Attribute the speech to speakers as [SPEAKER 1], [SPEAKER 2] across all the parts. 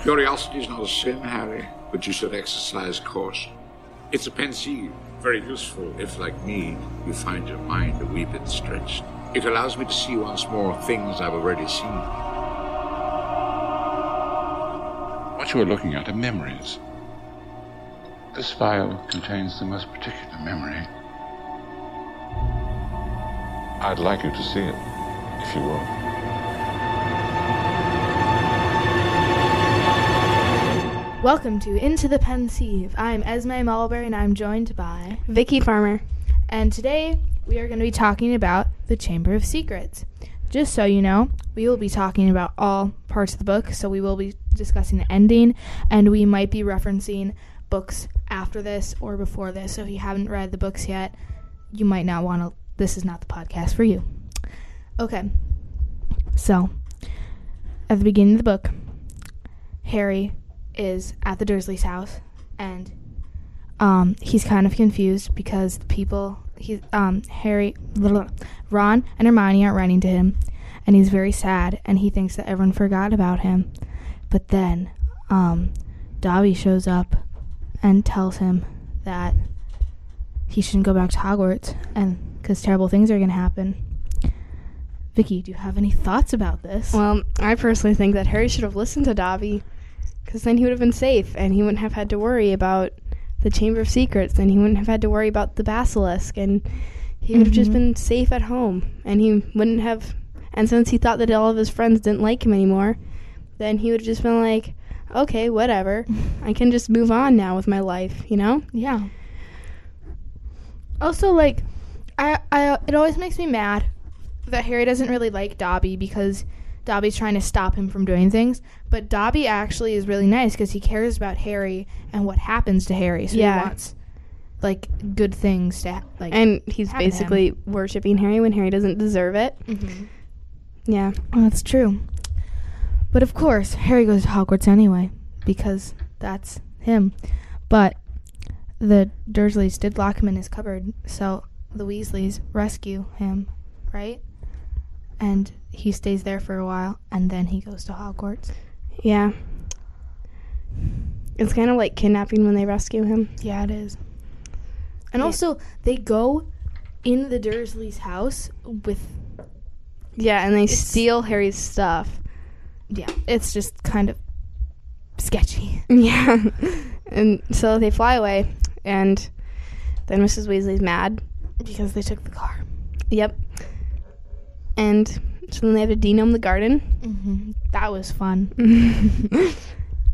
[SPEAKER 1] Curiosity is not a sin, Harry, but you should exercise caution. It's a pensieve, very useful if, like me, you find your mind a wee bit stretched. It allows me to see once more things I've already seen.
[SPEAKER 2] What you are looking at are memories. This vial contains the most particular memory. I'd like you to see it, if you will.
[SPEAKER 3] Welcome to Into the Pensieve. I'm Esme Mulberry and I'm joined by.
[SPEAKER 4] Vicky Farmer.
[SPEAKER 3] And today we are going to be talking about The Chamber of Secrets. Just so you know, we will be talking about all parts of the book, so we will be discussing the ending and we might be referencing books after this or before this. So if you haven't read the books yet, you might not want to. This is not the podcast for you. Okay. So, at the beginning of the book, Harry is at the Dursley's house, and um, he's kind of confused because the people he um, Harry, Ron, and Hermione aren't writing to him, and he's very sad, and he thinks that everyone forgot about him. But then, um, Dobby shows up and tells him that he shouldn't go back to Hogwarts, and because terrible things are going to happen. Vicky, do you have any thoughts about this?
[SPEAKER 4] Well, I personally think that Harry should have listened to Dobby, because then he would have been safe, and he wouldn't have had to worry about the Chamber of Secrets, and he wouldn't have had to worry about the basilisk, and he would have just
[SPEAKER 3] Mhm.
[SPEAKER 4] been safe at home, and he wouldn't have. And since he thought that all of his friends didn't like him anymore, then he would have just been like, "Okay, whatever. I can just move on now with my life," you know?
[SPEAKER 3] Yeah. Also, like, I, I, it always makes me mad that Harry doesn't really like Dobby because Dobby's trying to stop him from doing things. But Dobby actually is really nice because he cares about Harry and what happens to Harry. So
[SPEAKER 4] Yeah.
[SPEAKER 3] he wants, like, good things to ha- like.
[SPEAKER 4] And he's
[SPEAKER 3] Have him.
[SPEAKER 4] basically worshiping Harry when Harry doesn't deserve it.
[SPEAKER 3] Mhm.
[SPEAKER 4] Yeah.
[SPEAKER 3] that's true. But of course, Harry goes to Hogwarts anyway because that's him. But the Dursleys did lock him in his cupboard, so the Weasleys rescue him, right? And he stays there for a while, and then he goes to Hogwarts.
[SPEAKER 4] Yeah. It's kind of like kidnapping when they rescue him.
[SPEAKER 3] Yeah, it is. And
[SPEAKER 4] Yeah.
[SPEAKER 3] also, they go in the Dursleys' house with.
[SPEAKER 4] Yeah, and they
[SPEAKER 3] It's-
[SPEAKER 4] steal Harry's stuff.
[SPEAKER 3] Yeah, it's just kind of sketchy.
[SPEAKER 4] Yeah. and so they fly away, and then Mrs. Weasley's mad.
[SPEAKER 3] Because they took the car.
[SPEAKER 4] Yep. And so then they have to denome the garden.
[SPEAKER 3] hmm That was fun.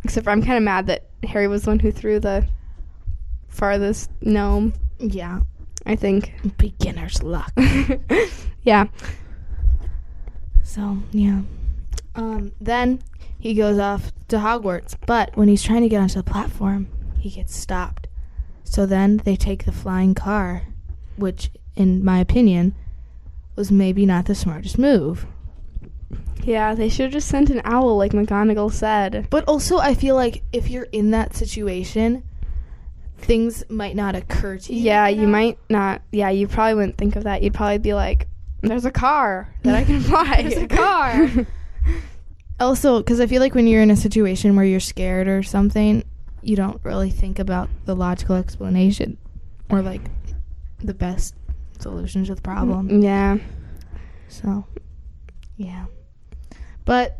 [SPEAKER 4] Except for I'm kind of mad that Harry was the one who threw the farthest gnome,
[SPEAKER 3] Yeah,
[SPEAKER 4] I think.
[SPEAKER 3] beginner's luck.
[SPEAKER 4] yeah.
[SPEAKER 3] So, yeah. Um, then he goes off to Hogwarts, but when he's trying to get onto the platform, he gets stopped. So then they take the flying car, which, in my opinion, was maybe not the smartest move.
[SPEAKER 4] Yeah, they should have just sent an owl like McGonagall said.
[SPEAKER 3] But also, I feel like if you're in that situation, things might not occur to you.
[SPEAKER 4] Yeah, you
[SPEAKER 3] know?
[SPEAKER 4] might not. Yeah, you probably wouldn't think of that. You'd probably be like, "There's a car that I can fly."
[SPEAKER 3] There's a car. Also, because I feel like when you're in a situation where you're scared or something, you don't really think about the logical explanation or like the best solution to the problem.
[SPEAKER 4] Mm, yeah,
[SPEAKER 3] So, yeah. But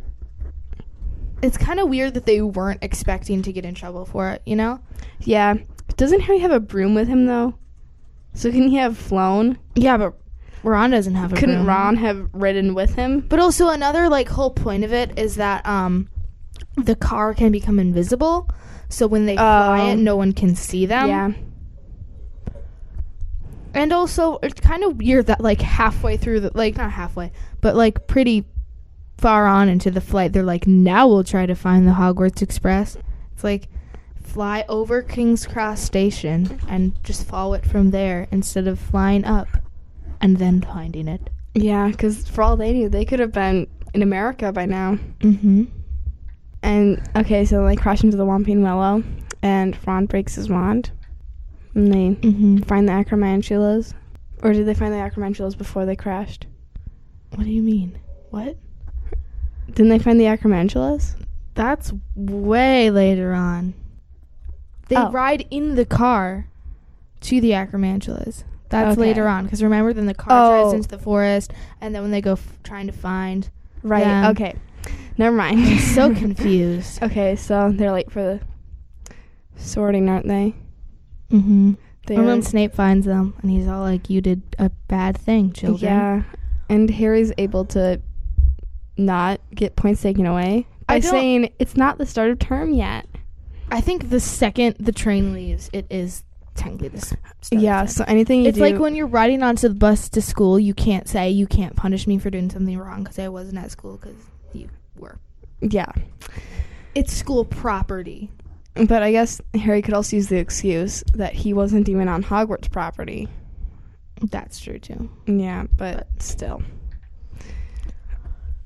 [SPEAKER 3] it's kind of weird that they weren't expecting to get in trouble for it, you know?
[SPEAKER 4] yeah. Doesn't Harry have a broom with him though? So can he have flown?
[SPEAKER 3] Yeah, but Ron doesn't have a
[SPEAKER 4] Couldn't
[SPEAKER 3] broom.
[SPEAKER 4] Ron have ridden with him?
[SPEAKER 3] But also another like whole point of it is that um the car can become invisible, so when they fly
[SPEAKER 4] Oh.
[SPEAKER 3] it, no one can see them.
[SPEAKER 4] yeah,
[SPEAKER 3] And also, it's kind of weird that like halfway through the like not halfway, but like pretty far on into the flight, they're like, now we'll try to find the Hogwarts Express. It's like fly over King's Cross Station and just follow it from there instead of flying up and then finding it.
[SPEAKER 4] yeah. Because for all they knew, they could have been in America by now.
[SPEAKER 3] Mm-hmm.
[SPEAKER 4] And okay, so they crash into the Whomping Willow, and Ron breaks his wand, and they
[SPEAKER 3] Mm-hmm.
[SPEAKER 4] find the Acromantulas? Or did they find the Acromantulas before they crashed?
[SPEAKER 3] What do you mean? What?
[SPEAKER 4] Didn't they find the Acromantulas?
[SPEAKER 3] That's way later on. They
[SPEAKER 4] Oh.
[SPEAKER 3] ride in the car to the acromantulas. That's
[SPEAKER 4] Okay.
[SPEAKER 3] later on because remember then the car drives
[SPEAKER 4] Oh.
[SPEAKER 3] into the forest and then when they go f- trying to find
[SPEAKER 4] Right.
[SPEAKER 3] Yeah.
[SPEAKER 4] Okay. Never mind.
[SPEAKER 3] I'm so confused.
[SPEAKER 4] Okay, so they're late for the sorting, aren't they?
[SPEAKER 3] mm-hmm.
[SPEAKER 4] They
[SPEAKER 3] And
[SPEAKER 4] are-
[SPEAKER 3] when Snape finds them and he's all like, "You did a bad thing, children."
[SPEAKER 4] Yeah. And Harry's able to not get points taken away
[SPEAKER 3] I
[SPEAKER 4] by
[SPEAKER 3] don't-
[SPEAKER 4] saying it's not the start of term yet.
[SPEAKER 3] I think the second the train leaves, it is technically this.
[SPEAKER 4] Yeah, so anything you
[SPEAKER 3] It's
[SPEAKER 4] do
[SPEAKER 3] like when you're riding onto the bus to school, you can't say you can't punish me for doing something wrong because I wasn't at school because you were.
[SPEAKER 4] Yeah.
[SPEAKER 3] It's school property.
[SPEAKER 4] But I guess Harry could also use the excuse that he wasn't even on Hogwarts property.
[SPEAKER 3] That's true too.
[SPEAKER 4] Yeah, but still.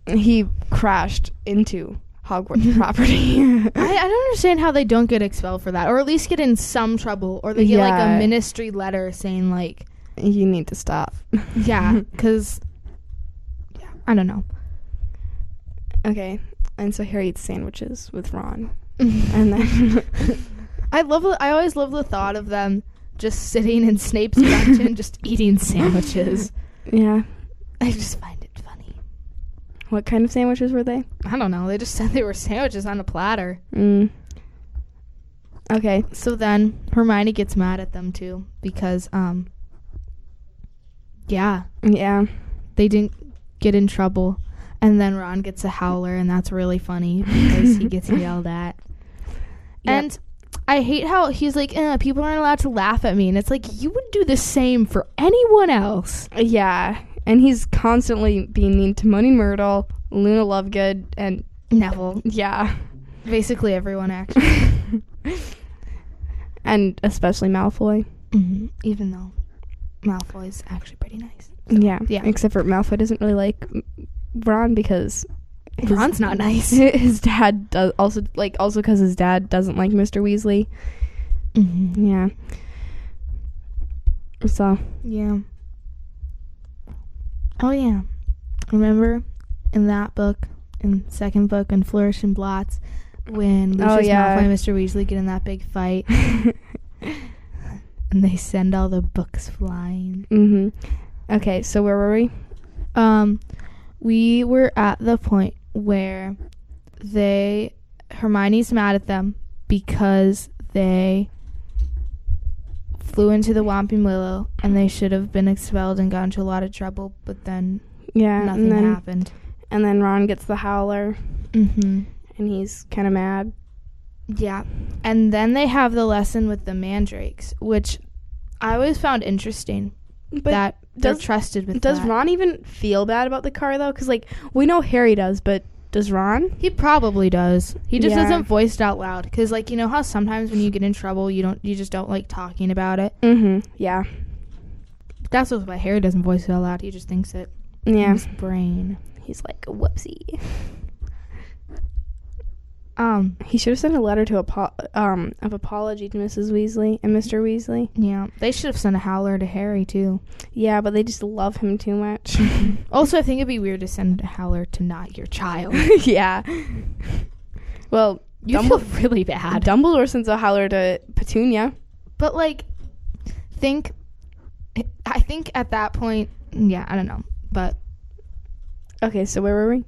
[SPEAKER 4] He crashed into Hogwarts property.
[SPEAKER 3] I, I don't understand how they don't get expelled for that, or at least get in some trouble, or they get like
[SPEAKER 4] Yeah.
[SPEAKER 3] a ministry letter saying like,
[SPEAKER 4] you need to stop.
[SPEAKER 3] yeah, because yeah, I don't know.
[SPEAKER 4] Okay. And so Harry eats sandwiches with Ron. and then
[SPEAKER 3] I love. I always love the thought of them just sitting in Snape's dungeon, just eating sandwiches.
[SPEAKER 4] Yeah.
[SPEAKER 3] I just find it funny.
[SPEAKER 4] What kind of sandwiches were they?
[SPEAKER 3] I don't know. They just said they were sandwiches on a platter.
[SPEAKER 4] Mm. Okay.
[SPEAKER 3] So then Hermione gets mad at them too because um yeah,
[SPEAKER 4] Yeah.
[SPEAKER 3] they didn't get in trouble. And then Ron gets a howler and that's really funny because he gets yelled at. And I hate how he's like, eh, people aren't allowed to laugh at me. And it's like, you would do the same for anyone else.
[SPEAKER 4] Yeah. And he's constantly being mean to Moaning Myrtle, Luna Lovegood, and
[SPEAKER 3] Neville.
[SPEAKER 4] yeah.
[SPEAKER 3] Basically, everyone, actually.
[SPEAKER 4] and especially Malfoy.
[SPEAKER 3] Mhm. Even though Malfoy's actually pretty nice.
[SPEAKER 4] yeah.
[SPEAKER 3] yeah.
[SPEAKER 4] Except for Malfoy doesn't really like Ron because his-
[SPEAKER 3] Ron's not nice.
[SPEAKER 4] His dad does also like also because his dad doesn't like Mr. Weasley.
[SPEAKER 3] Mm-hmm.
[SPEAKER 4] Yeah. So
[SPEAKER 3] Yeah. Oh yeah. Remember in that book, in second book, in Flourish and Blots, when Lucius
[SPEAKER 4] Oh, yeah.
[SPEAKER 3] Malfoy and Mr. Weasley get in that big fight, and they send all the books flying.
[SPEAKER 4] hmm Okay, so where were we?
[SPEAKER 3] Um, we were at the point where they Hermione's mad at them because they flew into the Whomping Willow, and they should have been expelled and got into a lot of trouble. But then
[SPEAKER 4] Yeah,
[SPEAKER 3] nothing
[SPEAKER 4] and then
[SPEAKER 3] happened.
[SPEAKER 4] and then Ron gets the howler,
[SPEAKER 3] Mm-hmm.
[SPEAKER 4] and he's kind of mad.
[SPEAKER 3] Yeah, and then they have the lesson with the mandrakes, which I always found interesting.
[SPEAKER 4] But
[SPEAKER 3] that they're
[SPEAKER 4] does-
[SPEAKER 3] trusted with.
[SPEAKER 4] does
[SPEAKER 3] that.
[SPEAKER 4] Ron even feel bad about the car though? Because like we know Harry does, but does Ron?
[SPEAKER 3] He probably does. He just
[SPEAKER 4] Yeah.
[SPEAKER 3] doesn't voice it out loud because, like, you know how sometimes when you get in trouble, you don't, you just don't like talking about it.
[SPEAKER 4] Mm-hmm. Yeah.
[SPEAKER 3] That's what's why Harry doesn't voice it out loud. He just thinks it. in
[SPEAKER 4] Yeah.
[SPEAKER 3] His brain.
[SPEAKER 4] He's like whoopsie.
[SPEAKER 3] Um.
[SPEAKER 4] He should have sent a letter to apo- um of apology to Mrs. Weasley and Mr. Weasley.
[SPEAKER 3] Yeah. They should have sent a howler to Harry too.
[SPEAKER 4] Yeah, but they just love him too much.
[SPEAKER 3] Also, I think it'd be weird to send a howler to not your child.
[SPEAKER 4] yeah. Well,
[SPEAKER 3] You
[SPEAKER 4] Dumbledore,
[SPEAKER 3] feel really bad.
[SPEAKER 4] Dumbledore sends a howler to Petunia.
[SPEAKER 3] But like, think, I think at that point, yeah, I don't know, but
[SPEAKER 4] Okay, so where were we?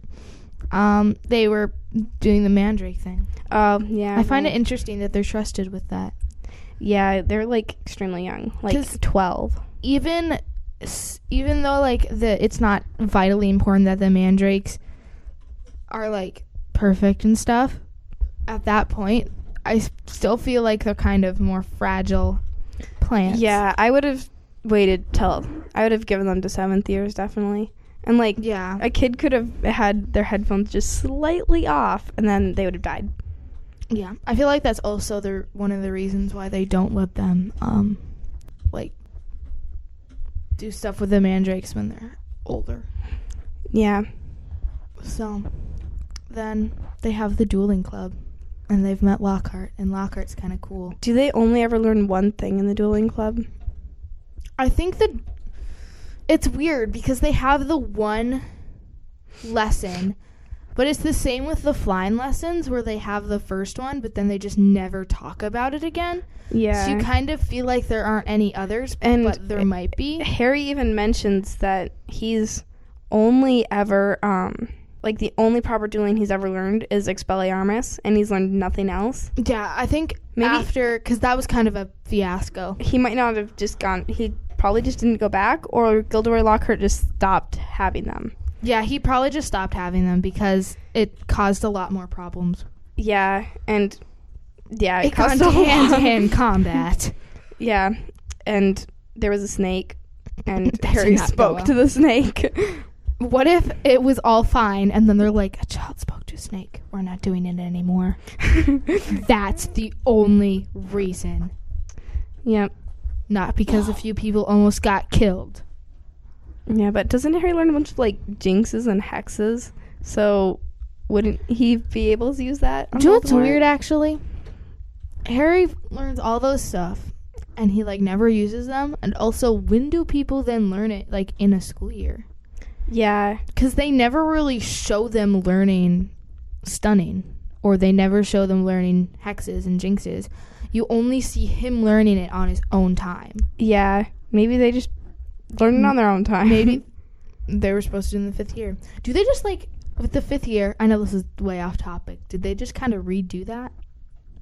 [SPEAKER 3] um, they were doing the mandrake thing.
[SPEAKER 4] Um, yeah.
[SPEAKER 3] I find it interesting that they're trusted with that.
[SPEAKER 4] Yeah, they're like extremely young, like
[SPEAKER 3] 'Cause-
[SPEAKER 4] twelve.
[SPEAKER 3] Even, s- even though like the it's not vitally important that the mandrakes are like perfect and stuff. At that point, I s- still feel like they're kind of more fragile plants.
[SPEAKER 4] Yeah, I would have waited till I would have given them to seventh years definitely, and like
[SPEAKER 3] Yeah.
[SPEAKER 4] a kid could have had their headphones just slightly off, and then they would have died.
[SPEAKER 3] Yeah, I feel like that's also the one of the reasons why they don't let them, um, like, do stuff with the mandrakes when they're older.
[SPEAKER 4] Yeah.
[SPEAKER 3] So then they have the dueling club, and they've met Lockhart, and Lockhart's kind of cool.
[SPEAKER 4] Do they only ever learn one thing in the dueling club?
[SPEAKER 3] I think that it's weird because they have the one lesson, But it's the same with the flying lessons where they have the first one, but then they just never talk about it again.
[SPEAKER 4] Yeah.
[SPEAKER 3] So you kind of feel like there aren't any others,
[SPEAKER 4] And
[SPEAKER 3] but there
[SPEAKER 4] it-
[SPEAKER 3] might be.
[SPEAKER 4] Harry even mentions that he's only ever um like the only proper dueling he's ever learned is Expelliarmus, and he's learned nothing else.
[SPEAKER 3] Yeah, I think
[SPEAKER 4] Maybe-
[SPEAKER 3] after because that was kind of a fiasco.
[SPEAKER 4] He might not have just gone. He probably just didn't go back, or Gilderoy Lockhart just stopped having them.
[SPEAKER 3] Yeah, he probably just stopped having them because it caused a lot more problems.
[SPEAKER 4] Yeah, and yeah,
[SPEAKER 3] It caused
[SPEAKER 4] a
[SPEAKER 3] hand to
[SPEAKER 4] lot.
[SPEAKER 3] hand combat.
[SPEAKER 4] Yeah, and there was a snake, and
[SPEAKER 3] That did
[SPEAKER 4] Harry
[SPEAKER 3] not go
[SPEAKER 4] spoke
[SPEAKER 3] well.
[SPEAKER 4] to the snake.
[SPEAKER 3] What if it was all fine and then they're like, a child spoke to a snake. We're not doing it anymore. That's the only reason.
[SPEAKER 4] yeah,
[SPEAKER 3] Not because a few people almost got killed.
[SPEAKER 4] yeah, but doesn't Harry learn a bunch of like jinxes and hexes? So wouldn't he be able to use that? on
[SPEAKER 3] Do you know what's
[SPEAKER 4] Voldemort?
[SPEAKER 3] weird actually? Harry learns all those stuff and he like never uses them. And also, when do people then learn it like in a school year?
[SPEAKER 4] Yeah,
[SPEAKER 3] Because they never really show them learning stunning, or they never show them learning hexes and jinxes. You only see him learning it on his own time.
[SPEAKER 4] yeah. Maybe they just learn it on their own time.
[SPEAKER 3] Maybe they were supposed to do in the fifth year. Do they just like with the fifth year? I know this is way off topic. Did they just kind of redo that,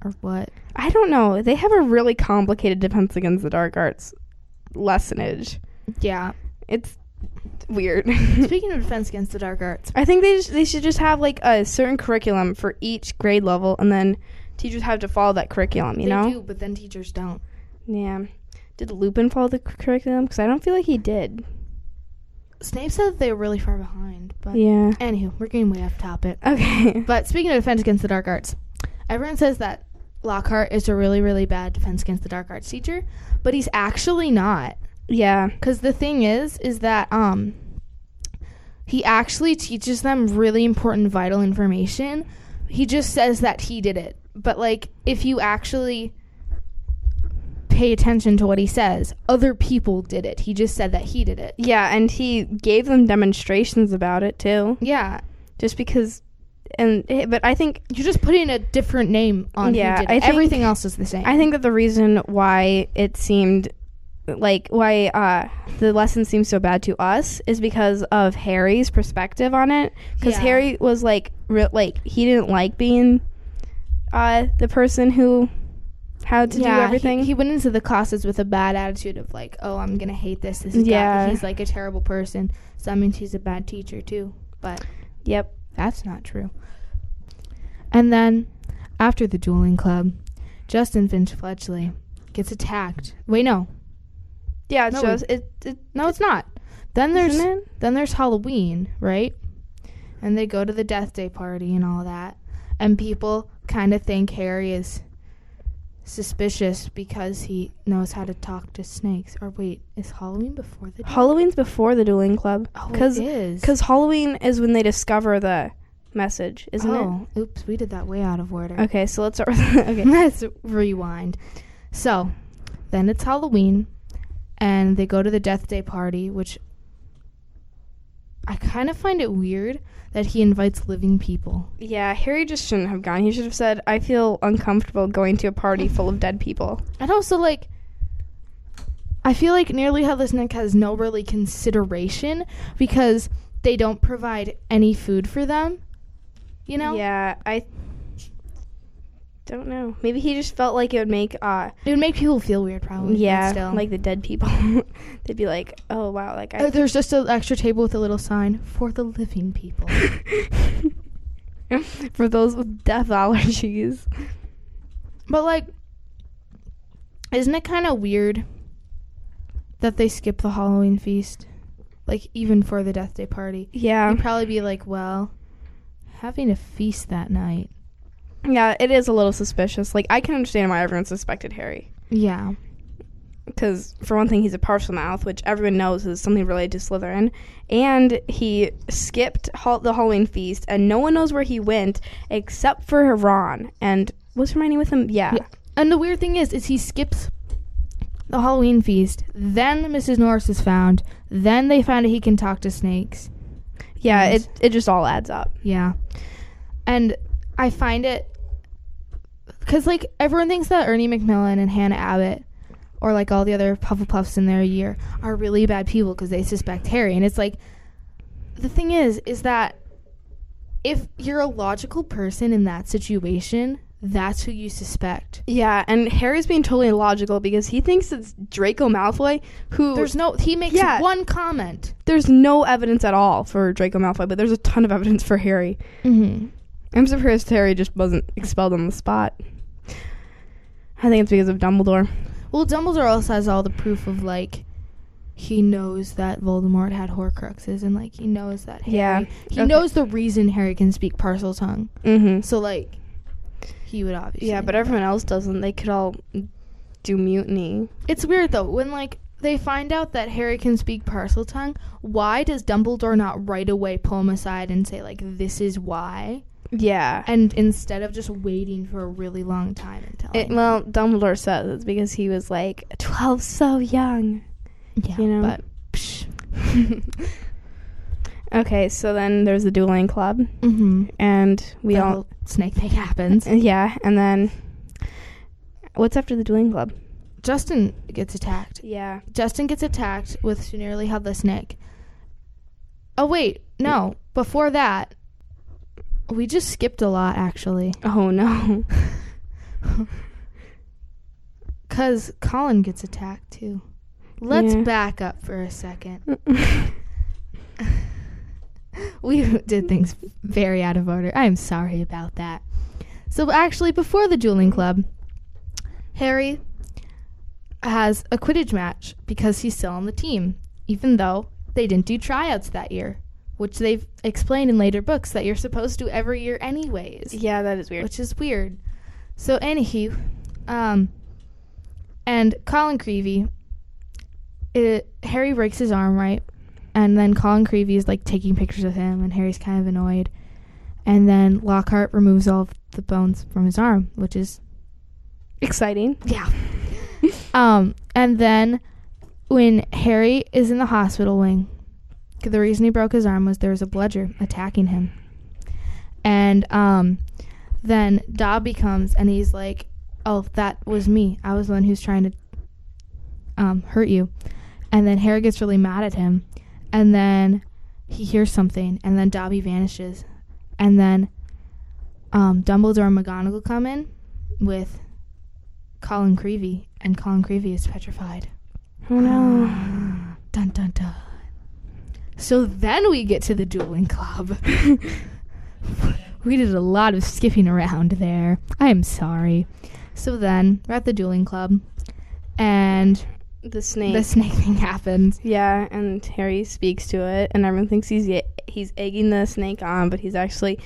[SPEAKER 3] or what?
[SPEAKER 4] I don't know. They have a really complicated defense against the dark arts lessonage.
[SPEAKER 3] Yeah.
[SPEAKER 4] It's weird.
[SPEAKER 3] Speaking of defense against the dark arts,
[SPEAKER 4] I think they just, they should just have like a certain curriculum for each grade level, and then teachers have to follow that curriculum. You
[SPEAKER 3] they
[SPEAKER 4] know?
[SPEAKER 3] do, but then teachers don't.
[SPEAKER 4] Yeah. Did Lupin follow the cur- curriculum? Because I don't feel like he did.
[SPEAKER 3] Snape said that they were really far behind, but
[SPEAKER 4] Yeah.
[SPEAKER 3] anywho, we're getting way off topic.
[SPEAKER 4] Okay.
[SPEAKER 3] But speaking of defense against the dark arts, everyone says that Lockhart is a really, really bad defense against the dark arts teacher, but he's actually not.
[SPEAKER 4] yeah.
[SPEAKER 3] Because the thing is, is that um, he actually teaches them really important, vital information. He just says that he did it, but like if you actually pay attention to what he says, other people did it. He just said that he did it.
[SPEAKER 4] Yeah, and he gave them demonstrations about it too,
[SPEAKER 3] Yeah,
[SPEAKER 4] just because. And eh, but I think
[SPEAKER 3] you just put in a different name on
[SPEAKER 4] Yeah,
[SPEAKER 3] who did
[SPEAKER 4] I
[SPEAKER 3] it.
[SPEAKER 4] think-
[SPEAKER 3] Everything else is the same.
[SPEAKER 4] I think that the reason why it seemed like why uh, the lesson seemed so bad to us is because of Harry's perspective on it. Because
[SPEAKER 3] Yeah.
[SPEAKER 4] Harry was like, re- like he didn't like being uh, the person who had to do
[SPEAKER 3] he-
[SPEAKER 4] everything.
[SPEAKER 3] He, went into the classes with a bad attitude of like, oh, I'm gonna hate this. This is yeah.
[SPEAKER 4] Yeah.
[SPEAKER 3] He's like a terrible person. So that means he's a bad teacher too. But
[SPEAKER 4] yep.
[SPEAKER 3] that's not true. And then, after the dueling club, Justin Finch Fletchley gets attacked. Wait, no,
[SPEAKER 4] Yeah. It's
[SPEAKER 3] No,
[SPEAKER 4] just it. it
[SPEAKER 3] no, it's not. Then there's
[SPEAKER 4] Isn't it?
[SPEAKER 3] then there's Halloween, right? And they go to the death day party and all that, and people kind of think Harry is suspicious because he knows how to talk to snakes. Or wait, is Halloween before the
[SPEAKER 4] Halloween's before the dueling club.
[SPEAKER 3] Oh, it
[SPEAKER 4] Cause,
[SPEAKER 3] is.
[SPEAKER 4] Because Halloween is when they discover the message, isn't
[SPEAKER 3] oh, oops, we did that way out of order.
[SPEAKER 4] it? Okay. So let's start. With, okay.
[SPEAKER 3] Let's rewind. So, then it's Halloween, and they go to the Death Day party, which I kind of find it weird that he invites living people.
[SPEAKER 4] Yeah, Harry just shouldn't have gone. He should have said, I feel uncomfortable going to a party full of dead people.
[SPEAKER 3] And also, like, I feel like nearly how this neck has no really consideration because they don't provide any food for them. You know?
[SPEAKER 4] Yeah, I don't know. Maybe he just felt like it would make, uh,
[SPEAKER 3] It would make people feel weird, probably. but
[SPEAKER 4] yeah,
[SPEAKER 3] Still.
[SPEAKER 4] like the dead people. They'd be like, oh, wow, like
[SPEAKER 3] Uh,
[SPEAKER 4] I.
[SPEAKER 3] there's just an extra table with a little sign for the living people.
[SPEAKER 4] For those with death allergies.
[SPEAKER 3] But like, isn't it kind of weird that they skip the Halloween feast, like even for the Death Day party?
[SPEAKER 4] Yeah.
[SPEAKER 3] You'd probably be like, well, having a feast that night.
[SPEAKER 4] Yeah, it is a little suspicious. Like, I can understand why everyone suspected Harry.
[SPEAKER 3] Yeah,
[SPEAKER 4] Because, for one thing, he's a partial mouth, which everyone knows is something related to Slytherin. And he skipped hall- the Halloween feast, and no one knows where he went except for Ron. And was Hermione with him? Yeah.
[SPEAKER 3] Yeah. And the weird thing is, is he skips the Halloween feast. Then Mrs. Norris is found. Then they find out he can talk to snakes.
[SPEAKER 4] Yeah,
[SPEAKER 3] things.
[SPEAKER 4] it it just all adds up.
[SPEAKER 3] Yeah. And I find it because like everyone thinks that Ernie McMillan and Hannah Abbott or like all the other Pufflepuffs in their year are really bad people because they suspect Harry and it's like the thing is is that if you're a logical person in that situation, that's who you suspect.
[SPEAKER 4] Yeah, and Harry's being totally illogical because he thinks it's Draco Malfoy who
[SPEAKER 3] There's no he makes
[SPEAKER 4] Yeah.
[SPEAKER 3] one comment.
[SPEAKER 4] there's no evidence at all for Draco Malfoy, but there's a ton of evidence for Harry.
[SPEAKER 3] Mhm.
[SPEAKER 4] I'm surprised Harry just wasn't expelled on the spot. I think it's because of Dumbledore.
[SPEAKER 3] Well, Dumbledore also has all the proof of like he knows that Voldemort had Horcruxes, and like he knows that Harry.
[SPEAKER 4] Yeah,
[SPEAKER 3] He
[SPEAKER 4] okay.
[SPEAKER 3] knows the reason Harry can speak Parcel Tongue.
[SPEAKER 4] Mm-hmm.
[SPEAKER 3] So like, he would obviously.
[SPEAKER 4] Yeah, but everyone else doesn't. They could all do mutiny.
[SPEAKER 3] it's weird though when like they find out that Harry can speak Parcel Tongue. Why does Dumbledore not right away pull him aside and say like this is why?
[SPEAKER 4] Yeah.
[SPEAKER 3] And instead of just waiting for a really long time and telling.
[SPEAKER 4] It, well, Dumbledore says it's because he was like 12, so young.
[SPEAKER 3] yeah,
[SPEAKER 4] you know.
[SPEAKER 3] but. Psh.
[SPEAKER 4] Okay, so then there's the dueling club,
[SPEAKER 3] Mm-hmm.
[SPEAKER 4] and we
[SPEAKER 3] the
[SPEAKER 4] all.
[SPEAKER 3] whole snake thing happens.
[SPEAKER 4] Yeah, and then. What's after the dueling club?
[SPEAKER 3] Justin gets attacked.
[SPEAKER 4] Yeah.
[SPEAKER 3] Justin gets attacked with she nearly held the snake. Oh wait, no. Before that, we just skipped a lot actually,
[SPEAKER 4] Oh no.
[SPEAKER 3] cause Colin gets attacked too. Let's
[SPEAKER 4] Yeah.
[SPEAKER 3] back up for a second. we did things very out of order. I am sorry about that. So actually, before the dueling club, Harry has a Quidditch match because he's still on the team, even though they didn't do tryouts that year, which they've explained in later books that you're supposed to every year anyways,
[SPEAKER 4] yeah, that is weird.
[SPEAKER 3] which is weird. So anywho, um, and Colin Creevy, it, Harry breaks his arm right, and then Colin Creevy is like taking pictures of him, and Harry's kind of annoyed, and then Lockhart removes all of the bones from his arm, which is
[SPEAKER 4] Exciting.
[SPEAKER 3] yeah. um, and then when Harry is in the hospital wing, 'cause the reason he broke his arm was there was a bludger attacking him. And um, then Dobby comes and he's like, "Oh, that was me. I was the one who's trying to um, hurt you." And then Harry gets really mad at him, and then he hears something, and then Dobby vanishes, and then um, Dumbledore and McGonagall come in with Colin Creevy, and Colin Creevy is petrified.
[SPEAKER 4] Oh no.
[SPEAKER 3] Dun dun dun. So then we get to the dueling club. we did a lot of skipping around there. I am sorry. So then we're at the dueling club, and
[SPEAKER 4] The snake.
[SPEAKER 3] the snake thing happens.
[SPEAKER 4] yeah, and Harry speaks to it, and everyone thinks he's ye- he's egging the snake on, but he's actually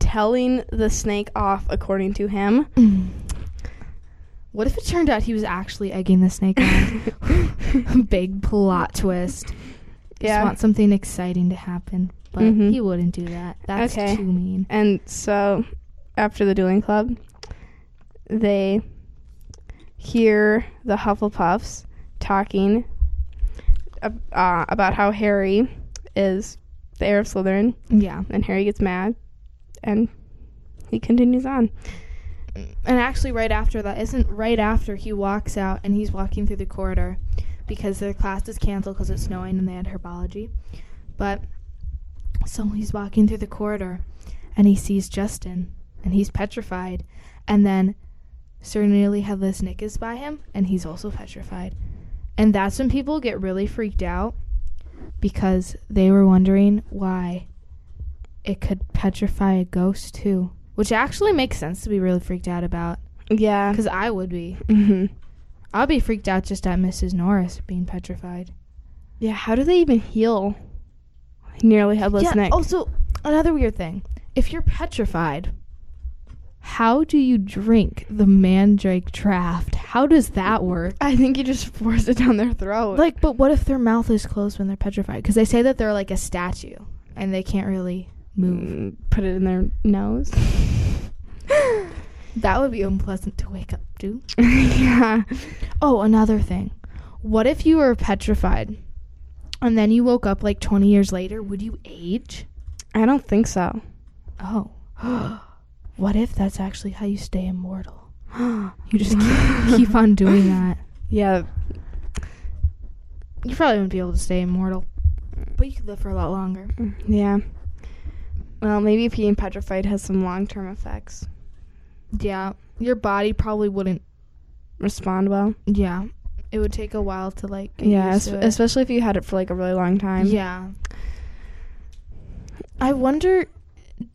[SPEAKER 4] telling the snake off, according to him.
[SPEAKER 3] What if it turned out he was actually egging the snake on? Big plot twist.
[SPEAKER 4] Yeah.
[SPEAKER 3] Just want something exciting to happen, but
[SPEAKER 4] Mhm.
[SPEAKER 3] he wouldn't do that. That's
[SPEAKER 4] Okay.
[SPEAKER 3] too mean.
[SPEAKER 4] And so, after the dueling club, they hear the Hufflepuffs talking ab- uh, about how Harry is the heir of Slytherin,
[SPEAKER 3] Yeah.
[SPEAKER 4] and Harry gets mad, and he continues on.
[SPEAKER 3] and actually right after that isn't right after he walks out and he's walking through the corridor because their class is canceled because it's snowing and they had herbology but so he's walking through the corridor and he sees justin and he's petrified and then sir nearly headless nick is by him and he's also petrified and that's when people get really freaked out because they were wondering why it could petrify a ghost too which actually makes sense to be really freaked out about
[SPEAKER 4] Yeah.
[SPEAKER 3] because i would be
[SPEAKER 4] hmm
[SPEAKER 3] i'll be freaked out just at mrs norris being petrified
[SPEAKER 4] Yeah, how do they even heal? Nearly headless neck.
[SPEAKER 3] also another weird thing if you're petrified how do you drink the mandrake draft how does that work
[SPEAKER 4] I think you just force it down their throat.
[SPEAKER 3] like but what if their mouth is closed when they're petrified because they say that they're like a statue and they can't really move
[SPEAKER 4] Mm, put it in their nose.
[SPEAKER 3] that would be unpleasant to wake up to
[SPEAKER 4] yeah.
[SPEAKER 3] Oh, another thing. What if you were petrified and then you woke up like 20 years later? Would you age?
[SPEAKER 4] I don't think so.
[SPEAKER 3] Oh. what if that's actually how you stay immortal? you just keep, keep on doing that.
[SPEAKER 4] Yeah,
[SPEAKER 3] You probably wouldn't be able to stay immortal. But you could live for a lot longer.
[SPEAKER 4] yeah. Well, maybe being petrified has some long-term effects.
[SPEAKER 3] Yeah. Your body probably wouldn't.
[SPEAKER 4] Respond well.
[SPEAKER 3] Yeah. It would take a while to, like, get
[SPEAKER 4] yeah,
[SPEAKER 3] used
[SPEAKER 4] es-
[SPEAKER 3] to it.
[SPEAKER 4] especially if you had it for like a really long time.
[SPEAKER 3] Yeah. I wonder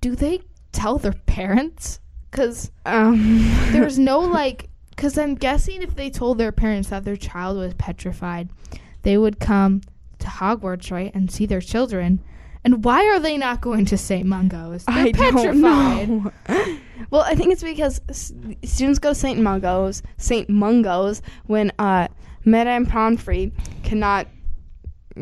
[SPEAKER 3] do they tell their parents? Because
[SPEAKER 4] Um,
[SPEAKER 3] there's no like, because I'm guessing if they told their parents that their child was petrified, they would come to Hogwarts, right, and see their children. And why are they not going to St. Mungo's? They're
[SPEAKER 4] I
[SPEAKER 3] petrified.
[SPEAKER 4] don't know. well, I think it's because s- students go to St. Mungo's, St. Mungo's, when uh, Madame Pomfrey cannot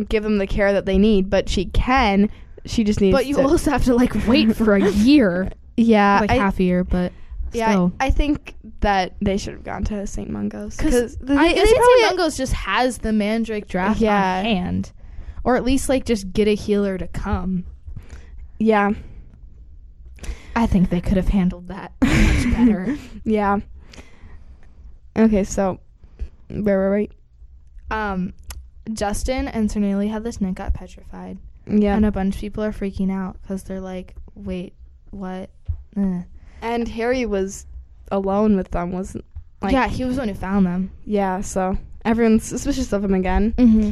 [SPEAKER 4] give them the care that they need, but she can. She just needs.
[SPEAKER 3] But you
[SPEAKER 4] to-
[SPEAKER 3] also have to like wait for a year,
[SPEAKER 4] yeah,
[SPEAKER 3] like
[SPEAKER 4] I,
[SPEAKER 3] half a year, but
[SPEAKER 4] yeah,
[SPEAKER 3] still.
[SPEAKER 4] I, I think that they should have gone to St. Mungo's the
[SPEAKER 3] I, I
[SPEAKER 4] thing
[SPEAKER 3] think
[SPEAKER 4] is,
[SPEAKER 3] St.
[SPEAKER 4] probably-
[SPEAKER 3] Mungo's just has the Mandrake draft
[SPEAKER 4] Yeah.
[SPEAKER 3] on hand, or at least like just get a healer to come.
[SPEAKER 4] Yeah,
[SPEAKER 3] I think they could have handled that much better.
[SPEAKER 4] yeah. Okay, so where were we?
[SPEAKER 3] um, Justin and Cernelia had this Nick got petrified,
[SPEAKER 4] Yeah,
[SPEAKER 3] and uh, a bunch of people are freaking out because they're like, "Wait, what?" Eh.
[SPEAKER 4] and Harry was alone with them, wasn't? Like,
[SPEAKER 3] yeah, he was the one who found them.
[SPEAKER 4] Yeah, so everyone's suspicious of him again.
[SPEAKER 3] Mm-hmm.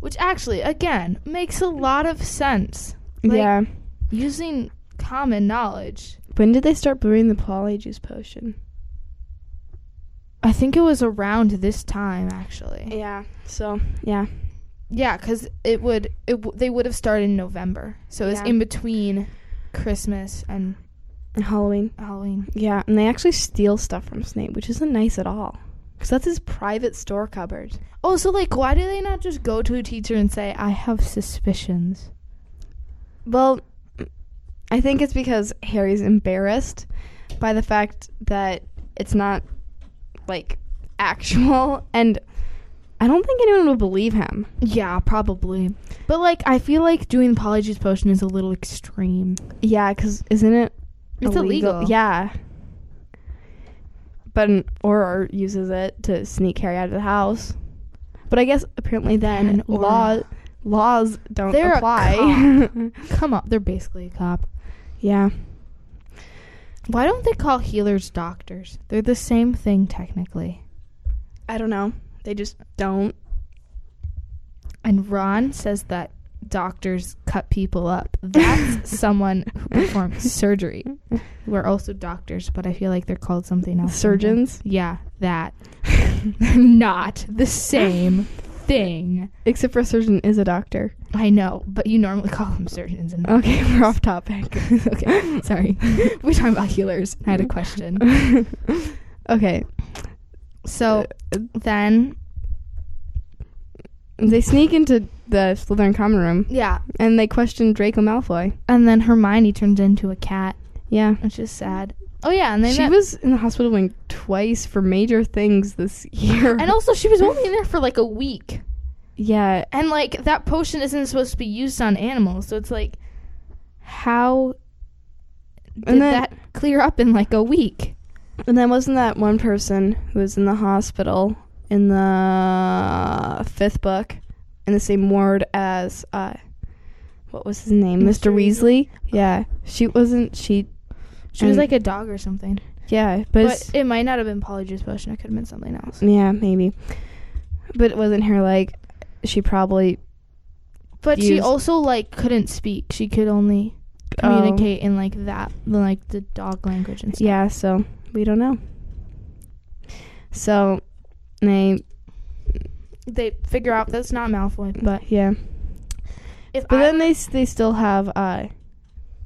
[SPEAKER 3] Which actually, again, makes a lot of sense. Like,
[SPEAKER 4] yeah.
[SPEAKER 3] using common knowledge.
[SPEAKER 4] When did they start brewing the polyjuice potion?
[SPEAKER 3] I think it was around this time, actually.
[SPEAKER 4] Yeah. So yeah.
[SPEAKER 3] Yeah, because it would it w- they would have started in November, so it was
[SPEAKER 4] Yeah.
[SPEAKER 3] in between Christmas and
[SPEAKER 4] Halloween.
[SPEAKER 3] Halloween.
[SPEAKER 4] Yeah, and they actually steal stuff from Snape, which isn't nice at all. Because that's his private store cupboard.
[SPEAKER 3] Oh, so like, why do they not just go to a teacher and say, "I have suspicions"?
[SPEAKER 4] Well, I think it's because Harry's embarrassed by the fact that it's not like actual, and I don't think anyone would believe him.
[SPEAKER 3] Yeah, probably. But like, I feel like doing the polyjuice potion is a little extreme.
[SPEAKER 4] Yeah, because isn't it?
[SPEAKER 3] It's illegal.
[SPEAKER 4] Yeah. But an Auror uses it to sneak Harry out of the house. But I guess apparently then
[SPEAKER 3] An Auror.
[SPEAKER 4] law, laws don't
[SPEAKER 3] They're a
[SPEAKER 4] apply.
[SPEAKER 3] Come on, they're basically a cop.
[SPEAKER 4] yeah.
[SPEAKER 3] Why don't they call healers doctors? They're the same thing technically.
[SPEAKER 4] I don't know. They just don't.
[SPEAKER 3] And Ron says that doctors cut people up. That's someone who performs surgery. We're also doctors, but I feel like they're called something else.
[SPEAKER 4] Surgeons?
[SPEAKER 3] Yeah, that. Not the same thing.
[SPEAKER 4] Except for a surgeon is a doctor.
[SPEAKER 3] I know, but you normally call them surgeons. And
[SPEAKER 4] Okay, we're off topic.
[SPEAKER 3] okay, sorry. We're talking about healers. I had
[SPEAKER 4] Mm-hmm.
[SPEAKER 3] a question.
[SPEAKER 4] okay.
[SPEAKER 3] So then,
[SPEAKER 4] They sneak into the Slytherin common room
[SPEAKER 3] yeah,
[SPEAKER 4] and they question Draco Malfoy.
[SPEAKER 3] and then Hermione turns into a cat,
[SPEAKER 4] Yeah.
[SPEAKER 3] which is sad. Oh yeah, and then
[SPEAKER 4] she was in the hospital wing twice for major things this year.
[SPEAKER 3] and also she was only in there for like a week.
[SPEAKER 4] yeah,
[SPEAKER 3] And like that potion isn't supposed to be used on animals, so it's like how did
[SPEAKER 4] And then-
[SPEAKER 3] that clear up in like a week?
[SPEAKER 4] and then wasn't that one person who was in the hospital in the fifth book in the same ward as uh, what was his name, Mr.
[SPEAKER 3] Mr.
[SPEAKER 4] Weasley? Yeah, she wasn't. She
[SPEAKER 3] She was
[SPEAKER 4] And-
[SPEAKER 3] like a dog or something.
[SPEAKER 4] yeah, but,
[SPEAKER 3] But
[SPEAKER 4] it's-
[SPEAKER 3] it might not have been polyjuice potion, it could have been something else.
[SPEAKER 4] yeah, maybe. But wasn't her like she probably
[SPEAKER 3] But she
[SPEAKER 4] Used- Oh.
[SPEAKER 3] also like couldn't speak. She could only
[SPEAKER 4] um,
[SPEAKER 3] communicate in like that like the dog language and stuff.
[SPEAKER 4] Yeah, so we don't know. So they
[SPEAKER 3] They figure out that's not Malfoy, but
[SPEAKER 4] yeah.
[SPEAKER 3] if
[SPEAKER 4] But
[SPEAKER 3] I-
[SPEAKER 4] then they s- they still have uh,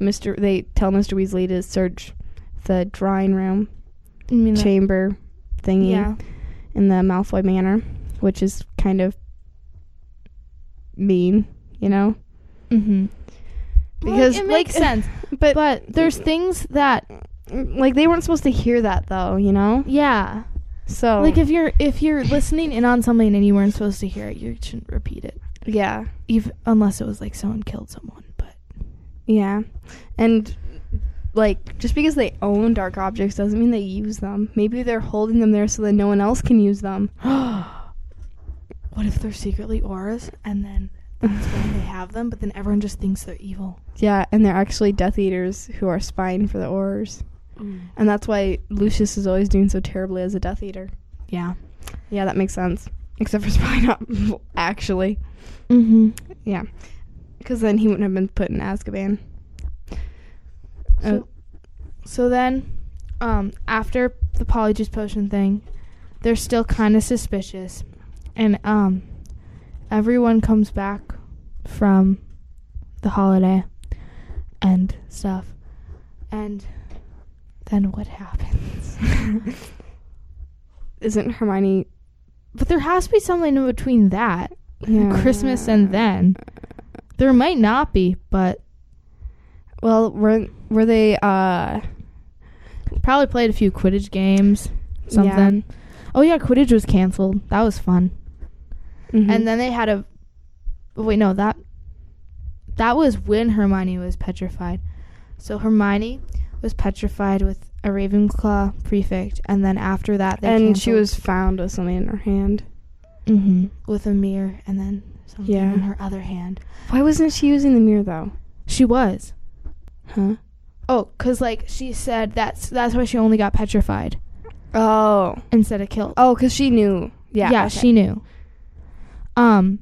[SPEAKER 4] Mr. They tell Mr. Weasley to search the drawing room
[SPEAKER 3] I mean, that-
[SPEAKER 4] chamber thingy
[SPEAKER 3] yeah.
[SPEAKER 4] in the Malfoy Manor, which is kind of mean, you know.
[SPEAKER 3] Mhm. Because
[SPEAKER 4] Because,
[SPEAKER 3] it
[SPEAKER 4] like-
[SPEAKER 3] makes sense.
[SPEAKER 4] But,
[SPEAKER 3] But there's things that
[SPEAKER 4] like they weren't supposed to hear that though, you know.
[SPEAKER 3] yeah.
[SPEAKER 4] So
[SPEAKER 3] Like if you're if you're listening in on something and you weren't supposed to hear it, you shouldn't repeat it.
[SPEAKER 4] yeah,
[SPEAKER 3] Even unless it was like someone killed someone, but
[SPEAKER 4] Yeah. And like just because they own dark objects doesn't mean they use them. Maybe they're holding them there so that no one else can use them.
[SPEAKER 3] What if they're secretly auras and then that's why they have them, but then everyone just thinks they're evil?
[SPEAKER 4] Yeah, and they're actually Death Eaters who are spying for the Aurors. And that's why Lucius is always doing so terribly as a Death Eater.
[SPEAKER 3] Yeah.
[SPEAKER 4] Yeah, that makes sense. Except for spying not actually.
[SPEAKER 3] Mm-hmm.
[SPEAKER 4] Yeah. Because then he wouldn't have been put in Azkaban. Uh,
[SPEAKER 3] So, Oh. so then, um, after the polyjuice potion thing, they're still kind of suspicious, and um, everyone comes back from the holiday and stuff, and then what happens?
[SPEAKER 4] isn't Hermione.
[SPEAKER 3] but there has to be something in between that
[SPEAKER 4] Yeah.
[SPEAKER 3] Christmas and then. There might not be, but
[SPEAKER 4] Well, were were they? uh
[SPEAKER 3] probably played a few Quidditch games, something. Oh yeah, Quidditch was canceled. That was fun.
[SPEAKER 4] Mm-hmm.
[SPEAKER 3] and then they had a wait no that that was when hermione was petrified so hermione was petrified with a ravenclaw prefect and then after that they
[SPEAKER 4] and she was found with something in her hand.
[SPEAKER 3] hmm with a mirror and then something
[SPEAKER 4] Yeah.
[SPEAKER 3] in her other hand
[SPEAKER 4] Why wasn't she using the mirror though?
[SPEAKER 3] she was
[SPEAKER 4] Huh?
[SPEAKER 3] oh because like she said that's that's why she only got petrified
[SPEAKER 4] Oh,
[SPEAKER 3] instead of killed
[SPEAKER 4] oh, because she knew. Yeah,
[SPEAKER 3] yeah,
[SPEAKER 4] okay.
[SPEAKER 3] she knew. Um,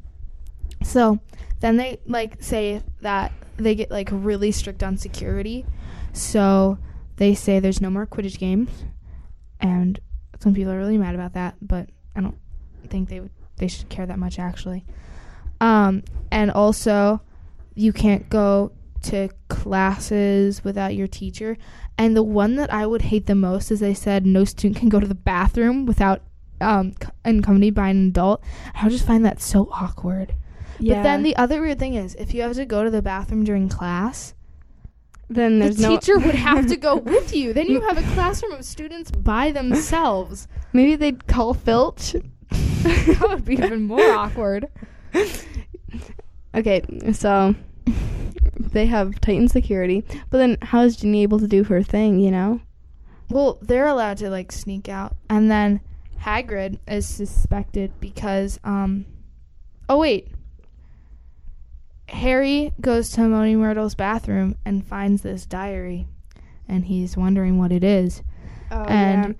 [SPEAKER 3] so then they like say that they get like really strict on security, so they say there's no more Quidditch games, and some people are really mad about that, but I don't think they would they should care that much actually. Um, and also you can't go to classes without your teacher. And the one that I would hate the most is they said no student can go to the bathroom without um c- accompanied by an adult. I would just find that so awkward.
[SPEAKER 4] Yeah.
[SPEAKER 3] But then the other weird thing is if you have to go to the bathroom during class,
[SPEAKER 4] then
[SPEAKER 3] the
[SPEAKER 4] there's no
[SPEAKER 3] teacher would have to go with you. Then you have a classroom of students by themselves.
[SPEAKER 4] Maybe they'd call Filch.
[SPEAKER 3] that would be even more awkward.
[SPEAKER 4] Okay, so they have Titan security, but then how is Ginny able to do her thing? You know?
[SPEAKER 3] Well, they're allowed to like sneak out, and then Hagrid is suspected because um, oh wait, Harry goes to Moni Myrtle's bathroom and finds this diary, and he's wondering what it is.
[SPEAKER 4] Oh,
[SPEAKER 3] and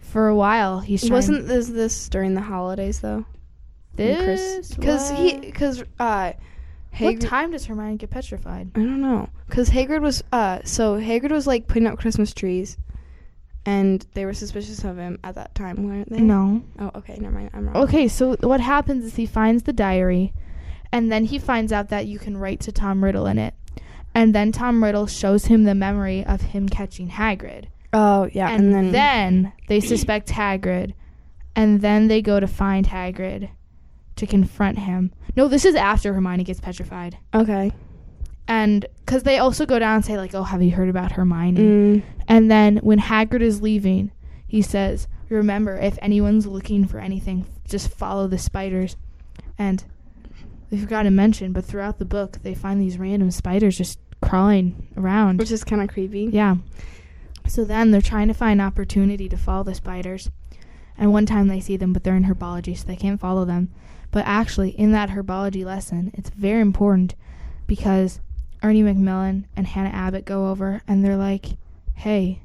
[SPEAKER 3] for a while, he's trying,
[SPEAKER 4] wasn't this this during the holidays though?
[SPEAKER 3] this
[SPEAKER 4] because he because uh,
[SPEAKER 3] what
[SPEAKER 4] Hagrid-
[SPEAKER 3] time does Hermione get petrified?
[SPEAKER 4] I don't know. Because Hagrid was, uh, so Hagrid was like putting up Christmas trees, and they were suspicious of him at that time, weren't they?
[SPEAKER 3] No.
[SPEAKER 4] Oh, okay, never mind. I'm wrong.
[SPEAKER 3] Okay, so what happens is he finds the diary, and then he finds out that you can write to Tom Riddle in it. And then Tom Riddle shows him the memory of him catching Hagrid.
[SPEAKER 4] Oh, yeah,
[SPEAKER 3] And,
[SPEAKER 4] and,
[SPEAKER 3] then,
[SPEAKER 4] then.
[SPEAKER 3] they suspect Hagrid. And then they go to find Hagrid to confront him. No, this is after Hermione gets petrified.
[SPEAKER 4] okay.
[SPEAKER 3] And because they also go down and say, like, oh, have you heard about Hermione?
[SPEAKER 4] Mm,
[SPEAKER 3] And then when Hagrid is leaving, he says, "Remember, if anyone's looking for anything, just follow the spiders." And we forgot to mention, but throughout the book, they find these random spiders just crawling around.
[SPEAKER 4] which is kind of creepy.
[SPEAKER 3] yeah. So then they're trying to find opportunity to follow the spiders. And one time they see them, but they're in herbology, so they can't follow them. But actually, in that herbology lesson, it's very important because Ernie McMillan and Hannah Abbott go over and they're like, hey,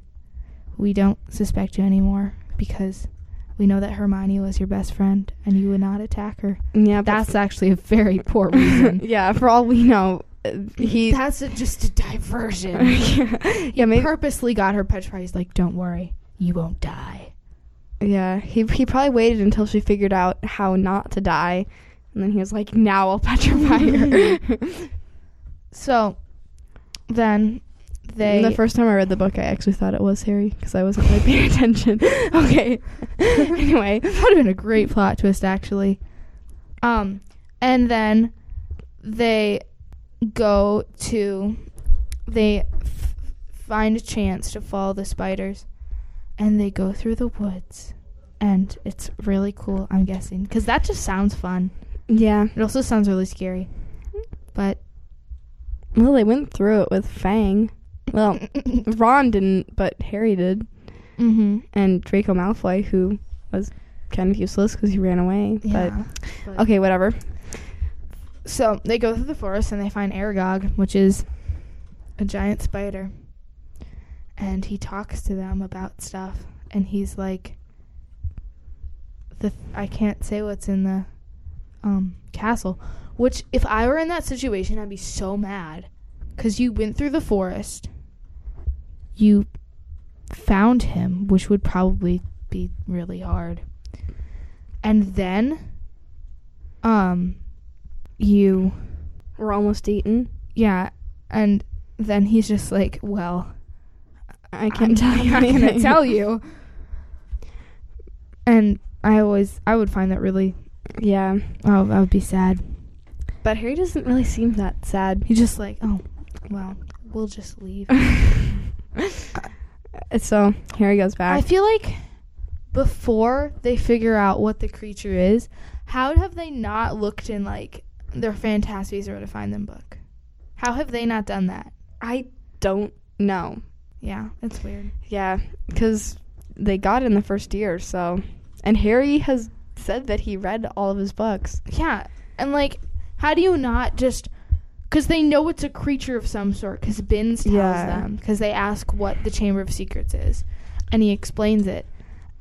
[SPEAKER 3] we don't suspect you anymore because we know that Hermione was your best friend and you would not attack her.
[SPEAKER 4] Yeah, but-
[SPEAKER 3] That's actually a very poor reason.
[SPEAKER 4] yeah, for all we know, uh, he.
[SPEAKER 3] That's a, just a diversion.
[SPEAKER 4] yeah, yeah, maybe.
[SPEAKER 3] Purposely got her petrified. He's like, don't worry, you won't die.
[SPEAKER 4] yeah, he, he probably waited until she figured out how not to die, and then he was like, now I'll petrify her.
[SPEAKER 3] So then they.
[SPEAKER 4] the first time I read the book, I actually thought it was Harry because I wasn't really paying attention. okay. anyway,
[SPEAKER 3] that would have been a great plot twist, actually. Um, and then they go to they f- find a chance to follow the spiders, and they go through the woods, and it's really cool. I'm guessing because that just sounds fun.
[SPEAKER 4] yeah,
[SPEAKER 3] It also sounds really scary, but
[SPEAKER 4] Well, they went through it with Fang. Well, Ron didn't, but Harry did,
[SPEAKER 3] Mm-hmm.
[SPEAKER 4] and Draco Malfoy, who was kind of useless because he ran away.
[SPEAKER 3] Yeah.
[SPEAKER 4] But okay, whatever.
[SPEAKER 3] So they go through the forest and they find Aragog, which is a giant spider. And he talks to them about stuff. And he's like, the I can't say what's in the um, castle. Which, if I were in that situation, I'd be so mad. Because you went through the forest, you found him, which would probably be really hard. And then, um, you
[SPEAKER 4] We're almost eaten.
[SPEAKER 3] yeah and then he's just like well
[SPEAKER 4] I can't tell you.
[SPEAKER 3] i'm not gonna
[SPEAKER 4] anything.
[SPEAKER 3] tell you and i always i would find that really
[SPEAKER 4] Yeah,
[SPEAKER 3] oh i would be sad
[SPEAKER 4] but Harry doesn't really seem that sad.
[SPEAKER 3] he's just like oh well we'll just leave
[SPEAKER 4] so Harry goes
[SPEAKER 3] i
[SPEAKER 4] back.
[SPEAKER 3] feel like before they figure out what the creature is how have they not looked in like their fantastic or to find them book how have they not done that
[SPEAKER 4] I don't know.
[SPEAKER 3] yeah it's weird
[SPEAKER 4] Yeah, because they got it in the first year, so. And Harry has said that he read all of his books.
[SPEAKER 3] Yeah, and like, how do you not just? Because they know it's a creature of some sort. Because Binns tells
[SPEAKER 4] Yeah.
[SPEAKER 3] them. Because they ask what the Chamber of Secrets is, and he explains it.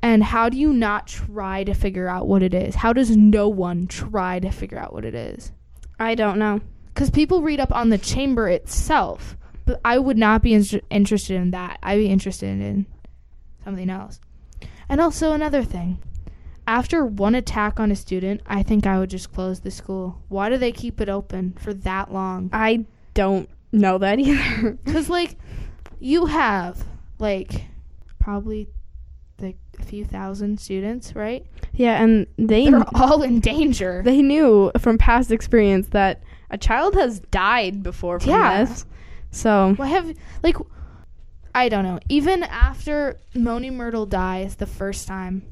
[SPEAKER 3] And how do you not try to figure out what it is? How does no one try to figure out what it is?
[SPEAKER 4] I don't know.
[SPEAKER 3] Because people read up on the chamber itself, but I would not be in- interested in that. I'd be interested in something else. And also another thing. After one attack on a student, I think I would just close the school. Why do they keep it open for that long?
[SPEAKER 4] I don't know that either.
[SPEAKER 3] Because, like, you have, like, probably like a few thousand students, right?
[SPEAKER 4] yeah, and they
[SPEAKER 3] They're all in danger.
[SPEAKER 4] they knew from past experience that a child has died before from
[SPEAKER 3] Yeah.
[SPEAKER 4] this. So
[SPEAKER 3] Why have like I don't know. Even after Moni Myrtle dies the first time,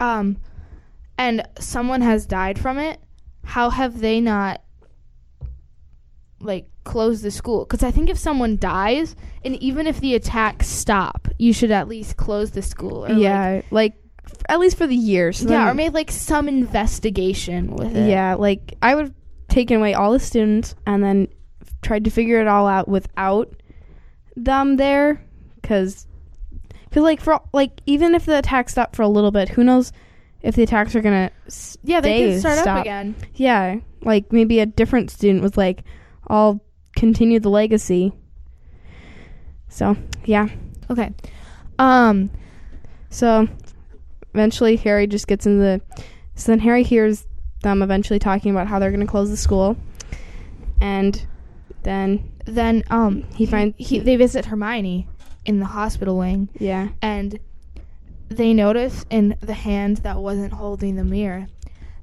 [SPEAKER 3] um, and someone has died from it, how have they not like closed the school? Because I think if someone dies, and even if the attacks stop, you should at least close the school. Or like,
[SPEAKER 4] yeah, like, f at least for the year. So
[SPEAKER 3] yeah,
[SPEAKER 4] then-
[SPEAKER 3] or make like some investigation with it.
[SPEAKER 4] Yeah, like I would have taken away all the students and then f- tried to figure it all out without them there, because, cause like for like even if the attacks stop for a little bit, who knows if the attacks are gonna s-
[SPEAKER 3] yeah, they
[SPEAKER 4] stay,
[SPEAKER 3] can start
[SPEAKER 4] stop.
[SPEAKER 3] up again.
[SPEAKER 4] Yeah, like maybe a different student was like, "I'll continue the legacy." So yeah,
[SPEAKER 3] Okay, um,
[SPEAKER 4] so eventually Harry just gets in the. So then Harry hears them eventually talking about how they're going to close the school, and then
[SPEAKER 3] then um
[SPEAKER 4] He find-
[SPEAKER 3] he they visit Hermione in the hospital wing
[SPEAKER 4] yeah,
[SPEAKER 3] and they notice in the hand that wasn't holding the mirror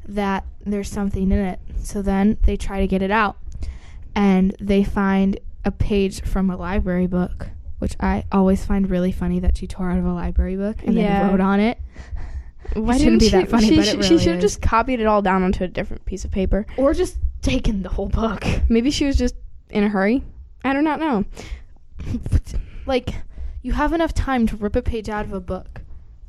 [SPEAKER 3] that there's something in it. So then they try to get it out and they find a page from a library book, which I always find really funny that she tore out of a library book and
[SPEAKER 4] Yeah.
[SPEAKER 3] then wrote on it.
[SPEAKER 4] why
[SPEAKER 3] shouldn't be
[SPEAKER 4] she,
[SPEAKER 3] that funny,
[SPEAKER 4] She,
[SPEAKER 3] but it
[SPEAKER 4] she
[SPEAKER 3] really
[SPEAKER 4] should have
[SPEAKER 3] is.
[SPEAKER 4] just copied it all down onto a different piece of paper.
[SPEAKER 3] Or just taken the whole book.
[SPEAKER 4] Maybe she was just in a hurry. I do not know.
[SPEAKER 3] like you have enough time to rip a page out of a book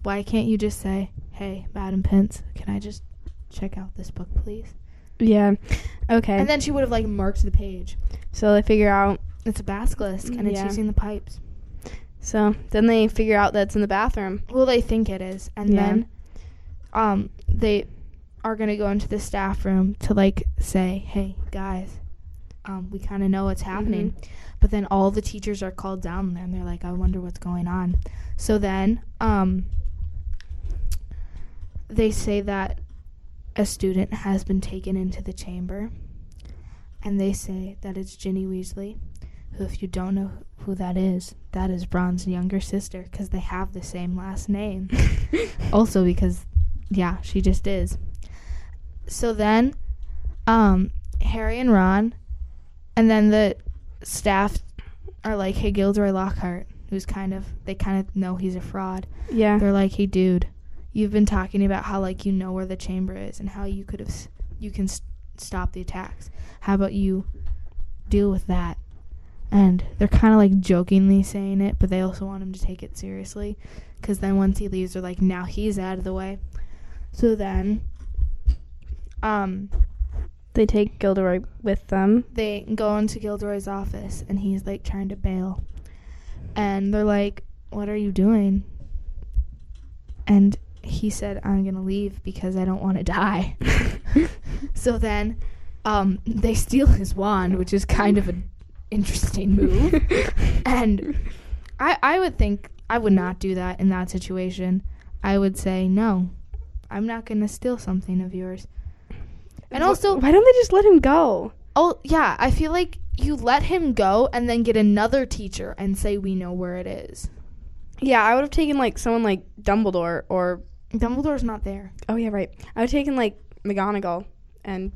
[SPEAKER 3] why can't you just say hey madam pence can i just check out this book please
[SPEAKER 4] Yeah, okay.
[SPEAKER 3] and then she would have like marked the page
[SPEAKER 4] so they figure out.
[SPEAKER 3] it's a basilisk and it's
[SPEAKER 4] Yeah.
[SPEAKER 3] using the pipes
[SPEAKER 4] So then they figure out that's in the bathroom.
[SPEAKER 3] well they think it is and
[SPEAKER 4] Yeah.
[SPEAKER 3] then um they are going to go into the staff room to like say hey guys um, we kind of know what's happening but then all the teachers are called down there and they're like i wonder what's going on so then um they say that a student has been taken into the chamber and they say that it's Ginny Weasley, who, if you don't know who that is, that is Ron's younger sister because they have the same last name. also, because, yeah, she just is. So then, um, Harry and Ron, and then the staff are like, hey, Gilderoy Lockhart, who's kind of, they kind of know he's a fraud.
[SPEAKER 4] Yeah.
[SPEAKER 3] They're like, hey, dude, you've been talking about how like you know where the chamber is and how you could have, s- you can s- stop the attacks. How about you deal with that. And they're kind of like jokingly saying it, but they also want him to take it seriously. Because then once he leaves, they're like, now he's out of the way. So then, um,
[SPEAKER 4] They take Gilderoy with them.
[SPEAKER 3] they go into Gilderoy's office and he's like trying to bail. And they're like, What are you doing? And he said, I'm going to leave because I don't want to die. so then um, they steal his wand, which is kind of an interesting move. and I, I would think I would not do that in that situation. I would say, No, I'm not going to steal something of yours. And also,
[SPEAKER 4] why don't they just let him go?
[SPEAKER 3] Oh, yeah. I feel like you let him go and then get another teacher and say, We know where it is.
[SPEAKER 4] Yeah, I would have taken like someone like Dumbledore or
[SPEAKER 3] Dumbledore's not there.
[SPEAKER 4] oh yeah, right. I would have taken like McGonagall and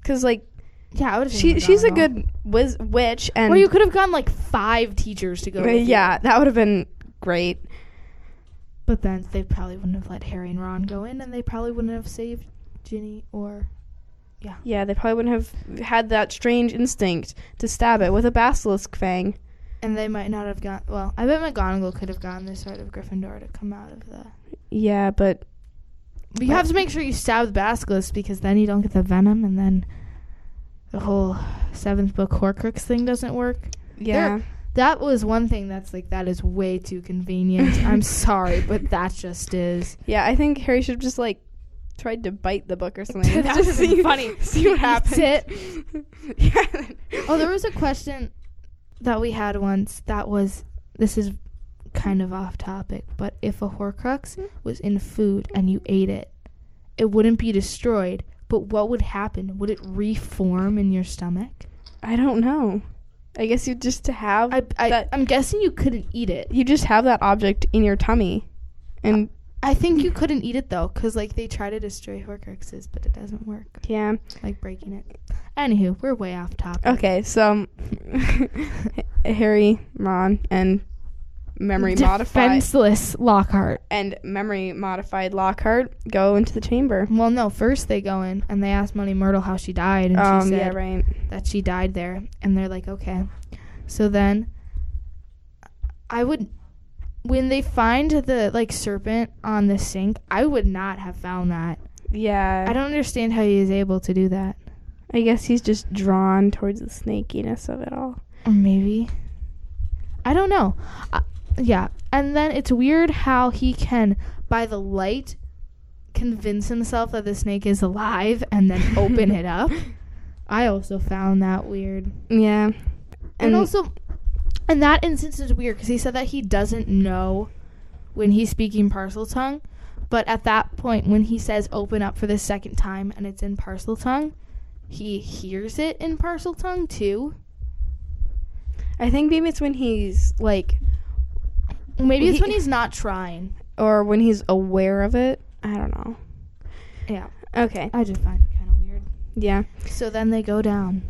[SPEAKER 4] because like
[SPEAKER 3] Yeah, I would have.
[SPEAKER 4] she she's a good wiz- witch and
[SPEAKER 3] Or you could have gotten like five teachers to go.
[SPEAKER 4] Uh,
[SPEAKER 3] with you.
[SPEAKER 4] yeah, that would have been great.
[SPEAKER 3] But then they probably wouldn't have let Harry and Ron go in and they probably wouldn't have saved Ginny or.
[SPEAKER 4] Yeah, they probably wouldn't have had that strange instinct to stab it with a basilisk fang.
[SPEAKER 3] And they might not have got. Well, I bet McGonagall could have gotten the sort of Gryffindor to come out of the.
[SPEAKER 4] Yeah, but
[SPEAKER 3] But you have to make sure you stab the basilisk because then you don't get the venom and then the whole seventh book Horcrux thing doesn't work.
[SPEAKER 4] yeah,
[SPEAKER 3] That was one thing that's like that is way too convenient. I'm sorry, but that just is.
[SPEAKER 4] yeah. I think Harry should have just like tried to bite the book or something.
[SPEAKER 3] That would've
[SPEAKER 4] Just
[SPEAKER 3] been
[SPEAKER 4] see-
[SPEAKER 3] funny.
[SPEAKER 4] See what happens. yeah.
[SPEAKER 3] Oh, there was a question that we had once that was this is kind of off topic, but if a horcrux was in food and you ate it, it wouldn't be destroyed, but what would happen? Would it reform in your stomach?
[SPEAKER 4] I don't know. I guess you just have
[SPEAKER 3] I, I
[SPEAKER 4] that
[SPEAKER 3] I'm guessing you couldn't eat it.
[SPEAKER 4] you just have that object in your tummy, and
[SPEAKER 3] I think you couldn't eat it though, because like they try to destroy horcruxes, but it doesn't work,
[SPEAKER 4] yeah.
[SPEAKER 3] like breaking it. Anywho, we're way off topic.
[SPEAKER 4] Okay, so Harry, Ron, and memory modified
[SPEAKER 3] defenseless Lockhart.
[SPEAKER 4] and memory modified Lockhart go into the chamber.
[SPEAKER 3] Well, no, first they go in and they ask Money Myrtle how she died, and she
[SPEAKER 4] Um,
[SPEAKER 3] said
[SPEAKER 4] yeah, right.
[SPEAKER 3] that she died there, and they're like, okay. So then, I would, when they find the like serpent on the sink, I would not have found that.
[SPEAKER 4] Yeah,
[SPEAKER 3] I don't understand how he is able to do that.
[SPEAKER 4] I guess he's just drawn towards the snakiness of it all.
[SPEAKER 3] Or maybe. I don't know. Uh, yeah. And then it's weird how he can, by the light, convince himself that the snake is alive and then open it up. I also found that weird.
[SPEAKER 4] Yeah, and,
[SPEAKER 3] And, also, and that instance is weird because he said that he doesn't know when he's speaking parcel tongue. But at that point, when he says open up for the second time and it's in parcel tongue, he hears it in parcel tongue too.
[SPEAKER 4] I think maybe it's when he's like,
[SPEAKER 3] Maybe it's
[SPEAKER 4] He-
[SPEAKER 3] when he's not trying.
[SPEAKER 4] or when he's aware of it. I don't know.
[SPEAKER 3] Yeah,
[SPEAKER 4] Okay.
[SPEAKER 3] I just find it kind of weird.
[SPEAKER 4] Yeah.
[SPEAKER 3] So then they go down,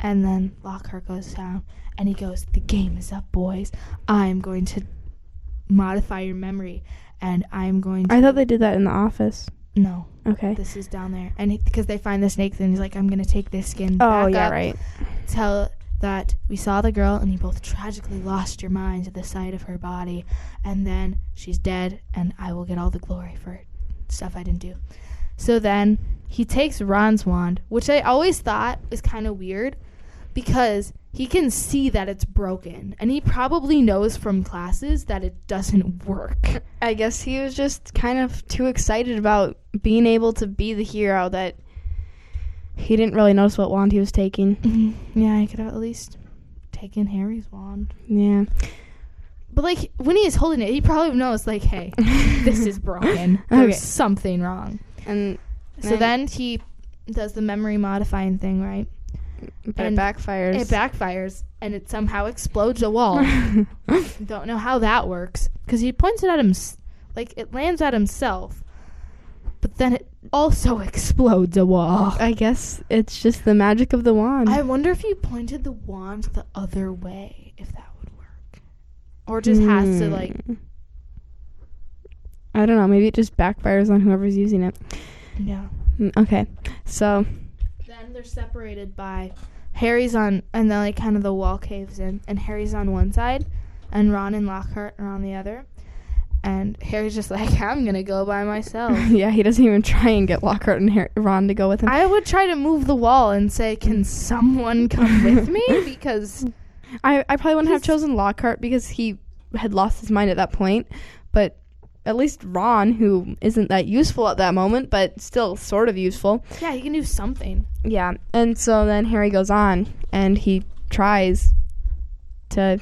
[SPEAKER 3] and then Lockhart goes down, and he goes, "The game is up, boys. I am going to modify your memory, and I am going to."
[SPEAKER 4] I thought they did that in the office.
[SPEAKER 3] no,
[SPEAKER 4] Okay.
[SPEAKER 3] this is down there, and because they find the snake, then he's like, "I'm going to take this skin
[SPEAKER 4] Oh,
[SPEAKER 3] back
[SPEAKER 4] yeah,
[SPEAKER 3] up,
[SPEAKER 4] right.
[SPEAKER 3] tell that we saw the girl, and you both tragically lost your minds at the sight of her body, and then she's dead, and I will get all the glory for stuff I didn't do." So then he takes Ron's wand, which I always thought is kind of weird because he can see that it's broken and he probably knows from classes that it doesn't work.
[SPEAKER 4] I guess he was just kind of too excited about being able to be the hero that he didn't really notice what wand he was
[SPEAKER 3] Mm-hmm.
[SPEAKER 4] taking.
[SPEAKER 3] yeah, I could have at least taken Harry's wand.
[SPEAKER 4] Yeah.
[SPEAKER 3] But like when he is holding it, he probably knows like, hey, this is broken. There's
[SPEAKER 4] Okay.
[SPEAKER 3] something wrong.
[SPEAKER 4] And
[SPEAKER 3] So then he does the memory modifying thing, right?
[SPEAKER 4] but
[SPEAKER 3] and
[SPEAKER 4] it backfires.
[SPEAKER 3] It backfires and it somehow explodes a wall. Don't know how that works because he points it at him, like it lands at himself, but then it also explodes a wall.
[SPEAKER 4] I guess it's just the magic of the wand.
[SPEAKER 3] I wonder if he pointed the wand the other way, if that would work, or just has to like
[SPEAKER 4] Hmm. I don't know. Maybe it just backfires on whoever's using it.
[SPEAKER 3] yeah.
[SPEAKER 4] Mm, Okay. So
[SPEAKER 3] Then they're separated by Harry's on, and then like kind of the wall caves in, and Harry's on one side, and Ron and Lockhart are on the other, and Harry's just like, I'm gonna go by myself.
[SPEAKER 4] yeah, he doesn't even try and get Lockhart and Har- Ron to go with him.
[SPEAKER 3] I would try to move the wall and say, "Can someone come with me?" Because
[SPEAKER 4] I, I probably wouldn't have chosen Lockhart because he had lost his mind at that point. But at least Ron, who isn't that useful at that moment, but still sort of useful.
[SPEAKER 3] yeah, you can do something.
[SPEAKER 4] Yeah. And so then Harry goes on and he tries to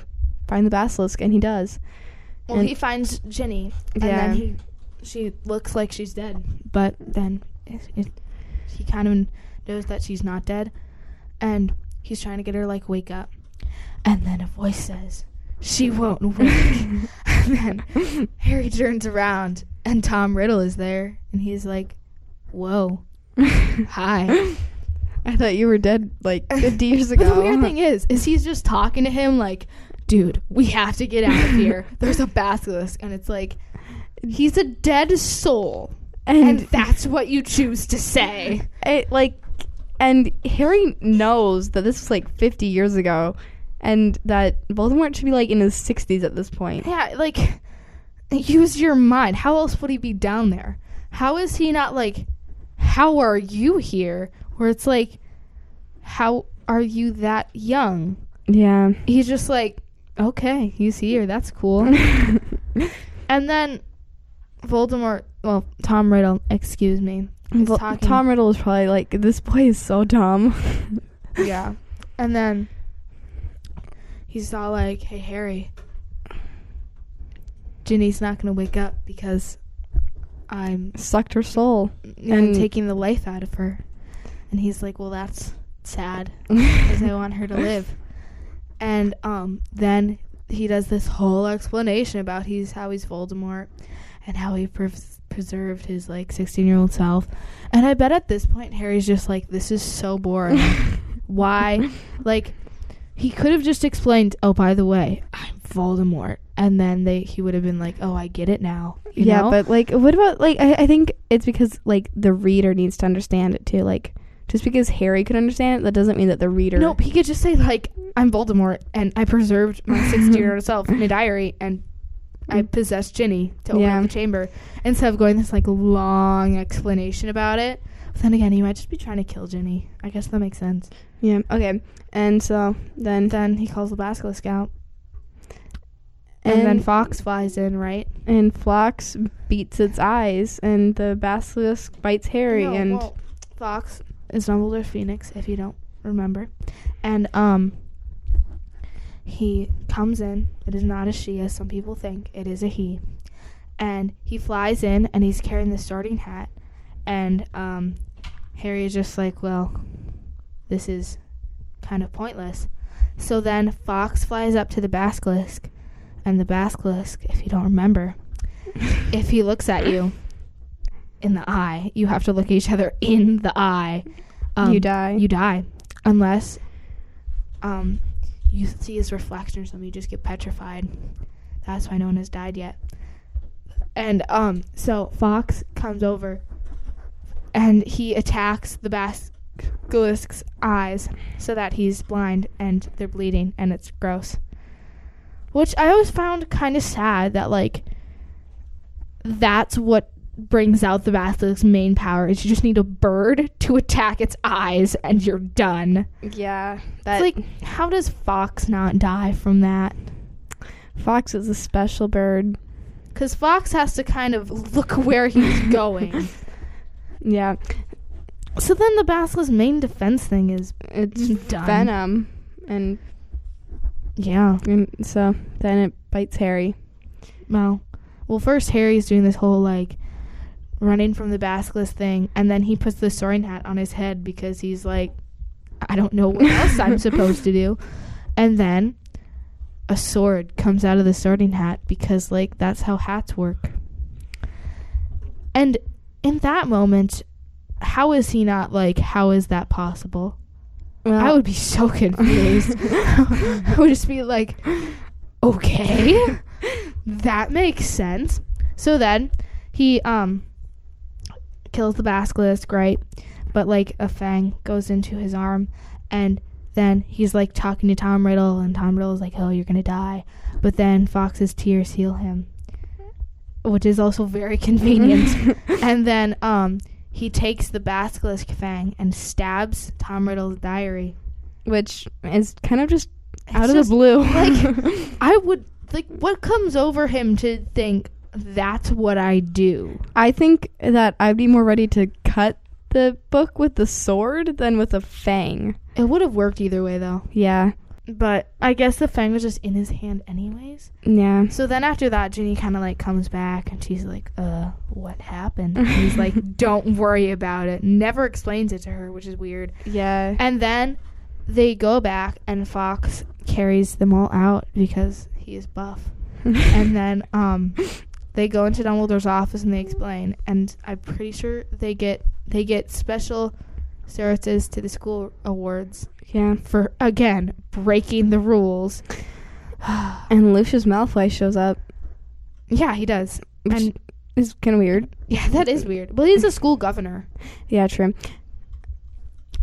[SPEAKER 4] find the basilisk, and he does.
[SPEAKER 3] Well,
[SPEAKER 4] And-
[SPEAKER 3] he finds Ginny, and
[SPEAKER 4] Yeah.
[SPEAKER 3] then he, she looks like she's dead, but then it, it, he kind of knows that she's not dead, and he's trying to get her like wake up, and then a voice says, "She won't wake." and then Harry turns around, and Tom Riddle is there, and he's like, "Whoa, hi."
[SPEAKER 4] I thought you were dead like 50 years ago.
[SPEAKER 3] But the weird thing is, is he's just talking to him like, dude, we have to get out of here. There's a basilisk, and it's like, he's a dead soul, and
[SPEAKER 4] and
[SPEAKER 3] that's what you choose to say.
[SPEAKER 4] it, like and harry knows that this was like 50 years ago and that voldemort should be like in his 60s at this point
[SPEAKER 3] Yeah, like, use your mind. How else would he be down there? How is he not like, how are you here? Where it's like, how are you that young?
[SPEAKER 4] yeah
[SPEAKER 3] He's just like, okay, he's here. That's cool. And then Voldemort, well, Tom Riddle, excuse me, is
[SPEAKER 4] Vol-
[SPEAKER 3] talking.
[SPEAKER 4] tom riddle is probably like this boy is so dumb
[SPEAKER 3] yeah. And then he's all like, "Hey Harry, Ginny's not gonna wake up because I'm
[SPEAKER 4] sucked her soul
[SPEAKER 3] I'm
[SPEAKER 4] And-
[SPEAKER 3] taking the life out of her." And he's like, "Well, that's sad because I want her to live." And um, then he does this whole explanation about he's how he's Voldemort and how he pres- preserved his like 16 year old self. And I bet at this point Harry's just like, this is so boring. Why? Like, he could have just explained, oh, by the way, I'm Voldemort, and then they he would have been like, oh, I get it now. You
[SPEAKER 4] yeah
[SPEAKER 3] know?
[SPEAKER 4] but like what about like I, I think it's because like the reader needs to understand it too like just because harry could understand it that doesn't mean that the reader
[SPEAKER 3] Nope, he could just say like, "I'm Voldemort, and I preserved my 16-year-old self in a diary, and I possessed Ginny to open
[SPEAKER 4] Yeah.
[SPEAKER 3] up the chamber." Instead of going this like long explanation about it. But then again, he might just be trying to kill Ginny. I guess that makes sense.
[SPEAKER 4] yeah okay and so then
[SPEAKER 3] And then he calls the basilisk out, and,
[SPEAKER 4] and,
[SPEAKER 3] then Fox flies in, right?
[SPEAKER 4] and Phlox beats its eyes, and the basilisk bites Harry,
[SPEAKER 3] No,
[SPEAKER 4] and
[SPEAKER 3] well, Fox is Dumbledore's phoenix, if you don't remember, and um, he comes in. It is not a she, as some people think. It is a he, and he flies in, and he's carrying the starting hat, and um, Harry is just like, well, this is kind of pointless. So then Fox flies up to the basilisk, and the basilisk, if you don't remember, if he looks at you in the eye, you have to look each other in the eye. Um,
[SPEAKER 4] You die.
[SPEAKER 3] You die, unless um, you see his reflection or something. You just get petrified. That's why no one has died yet. And um, so Fox comes over, and he attacks the basilisk's eyes so that he's blind and they're bleeding and it's gross. Which I always found kind of sad that like that's what brings out the basilisk's main power is you just need a bird to attack its eyes and you're done.
[SPEAKER 4] yeah,
[SPEAKER 3] It's
[SPEAKER 4] that
[SPEAKER 3] like how does Fox not die from that?
[SPEAKER 4] Fox is a special bird.
[SPEAKER 3] Cuz Fox has to kind of look where he's going.
[SPEAKER 4] Yeah,
[SPEAKER 3] so then the basilisk's main defense thing is
[SPEAKER 4] it's
[SPEAKER 3] Done.
[SPEAKER 4] venom, and,
[SPEAKER 3] yeah.
[SPEAKER 4] and so then it bites Harry.
[SPEAKER 3] Well, well, first Harry's doing this whole like running from the basilisk thing, and then he puts the soaring hat on his head because he's like, I don't know what else I'm supposed to do. And then a sword comes out of the sorting hat because like that's how hats work. And in that moment, how is he not like? How is that possible?
[SPEAKER 4] Well,
[SPEAKER 3] I would be so confused. I would just be like, okay, that makes sense. So then he um kills the basilisk, right? But like a fang goes into his arm, and then he's like talking to Tom Riddle, and Tom Riddle's like, "Oh, you're gonna die," but then Fox's tears heal him, which is also very convenient. and then um, he takes the basilisk fang and stabs Tom Riddle's diary.
[SPEAKER 4] which is kind of just out
[SPEAKER 3] It's
[SPEAKER 4] of
[SPEAKER 3] just,
[SPEAKER 4] the blue.
[SPEAKER 3] like- I would like what comes over him to think that's what I do.
[SPEAKER 4] I think that I'd be more ready to cut the book with the sword than with a fang.
[SPEAKER 3] It would have worked either way though.
[SPEAKER 4] Yeah.
[SPEAKER 3] But I guess the fang was just in his hand anyways.
[SPEAKER 4] Yeah.
[SPEAKER 3] So then after that, Ginny kind of like comes back and she's like, "Uh, what happened?" And he's like, "Don't worry about it." Never explains it to her, which is weird.
[SPEAKER 4] Yeah.
[SPEAKER 3] And then they go back and Fox carries them all out because he is buff. and then um they go into Dumbledore's office and they explain and I'm pretty sure they get they get special services to the school awards
[SPEAKER 4] yeah.
[SPEAKER 3] for again breaking the rules.
[SPEAKER 4] And Lucius Malfoy shows up,
[SPEAKER 3] Yeah, he does.
[SPEAKER 4] which
[SPEAKER 3] And
[SPEAKER 4] is kind of weird.
[SPEAKER 3] yeah, that is weird. Well, he's a school governor.
[SPEAKER 4] Yeah, true.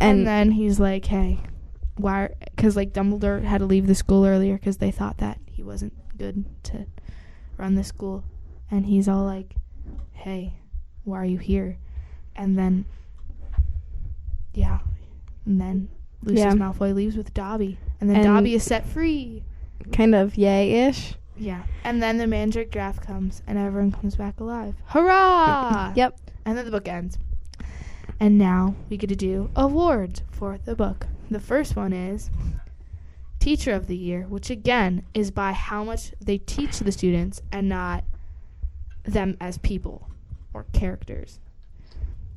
[SPEAKER 3] And,
[SPEAKER 4] And,
[SPEAKER 3] then he's like, "Hey, why cuz like Dumbledore had to leave the school earlier cuz they thought that he wasn't good to run the school." And he's all like, "Hey, why are you here?" And then yeah. And then Lucius
[SPEAKER 4] Yeah.
[SPEAKER 3] Malfoy leaves with Dobby, and then
[SPEAKER 4] And-
[SPEAKER 3] Dobby is set free.
[SPEAKER 4] kind of yay ish.
[SPEAKER 3] Yeah. And then the Mandrake draft comes and everyone comes back alive. Hurrah!
[SPEAKER 4] Yep.
[SPEAKER 3] And then the book ends. And now we get to do awards for the book. The first one is Teacher of the Year, which again is by how much they teach the students and not them as people or characters.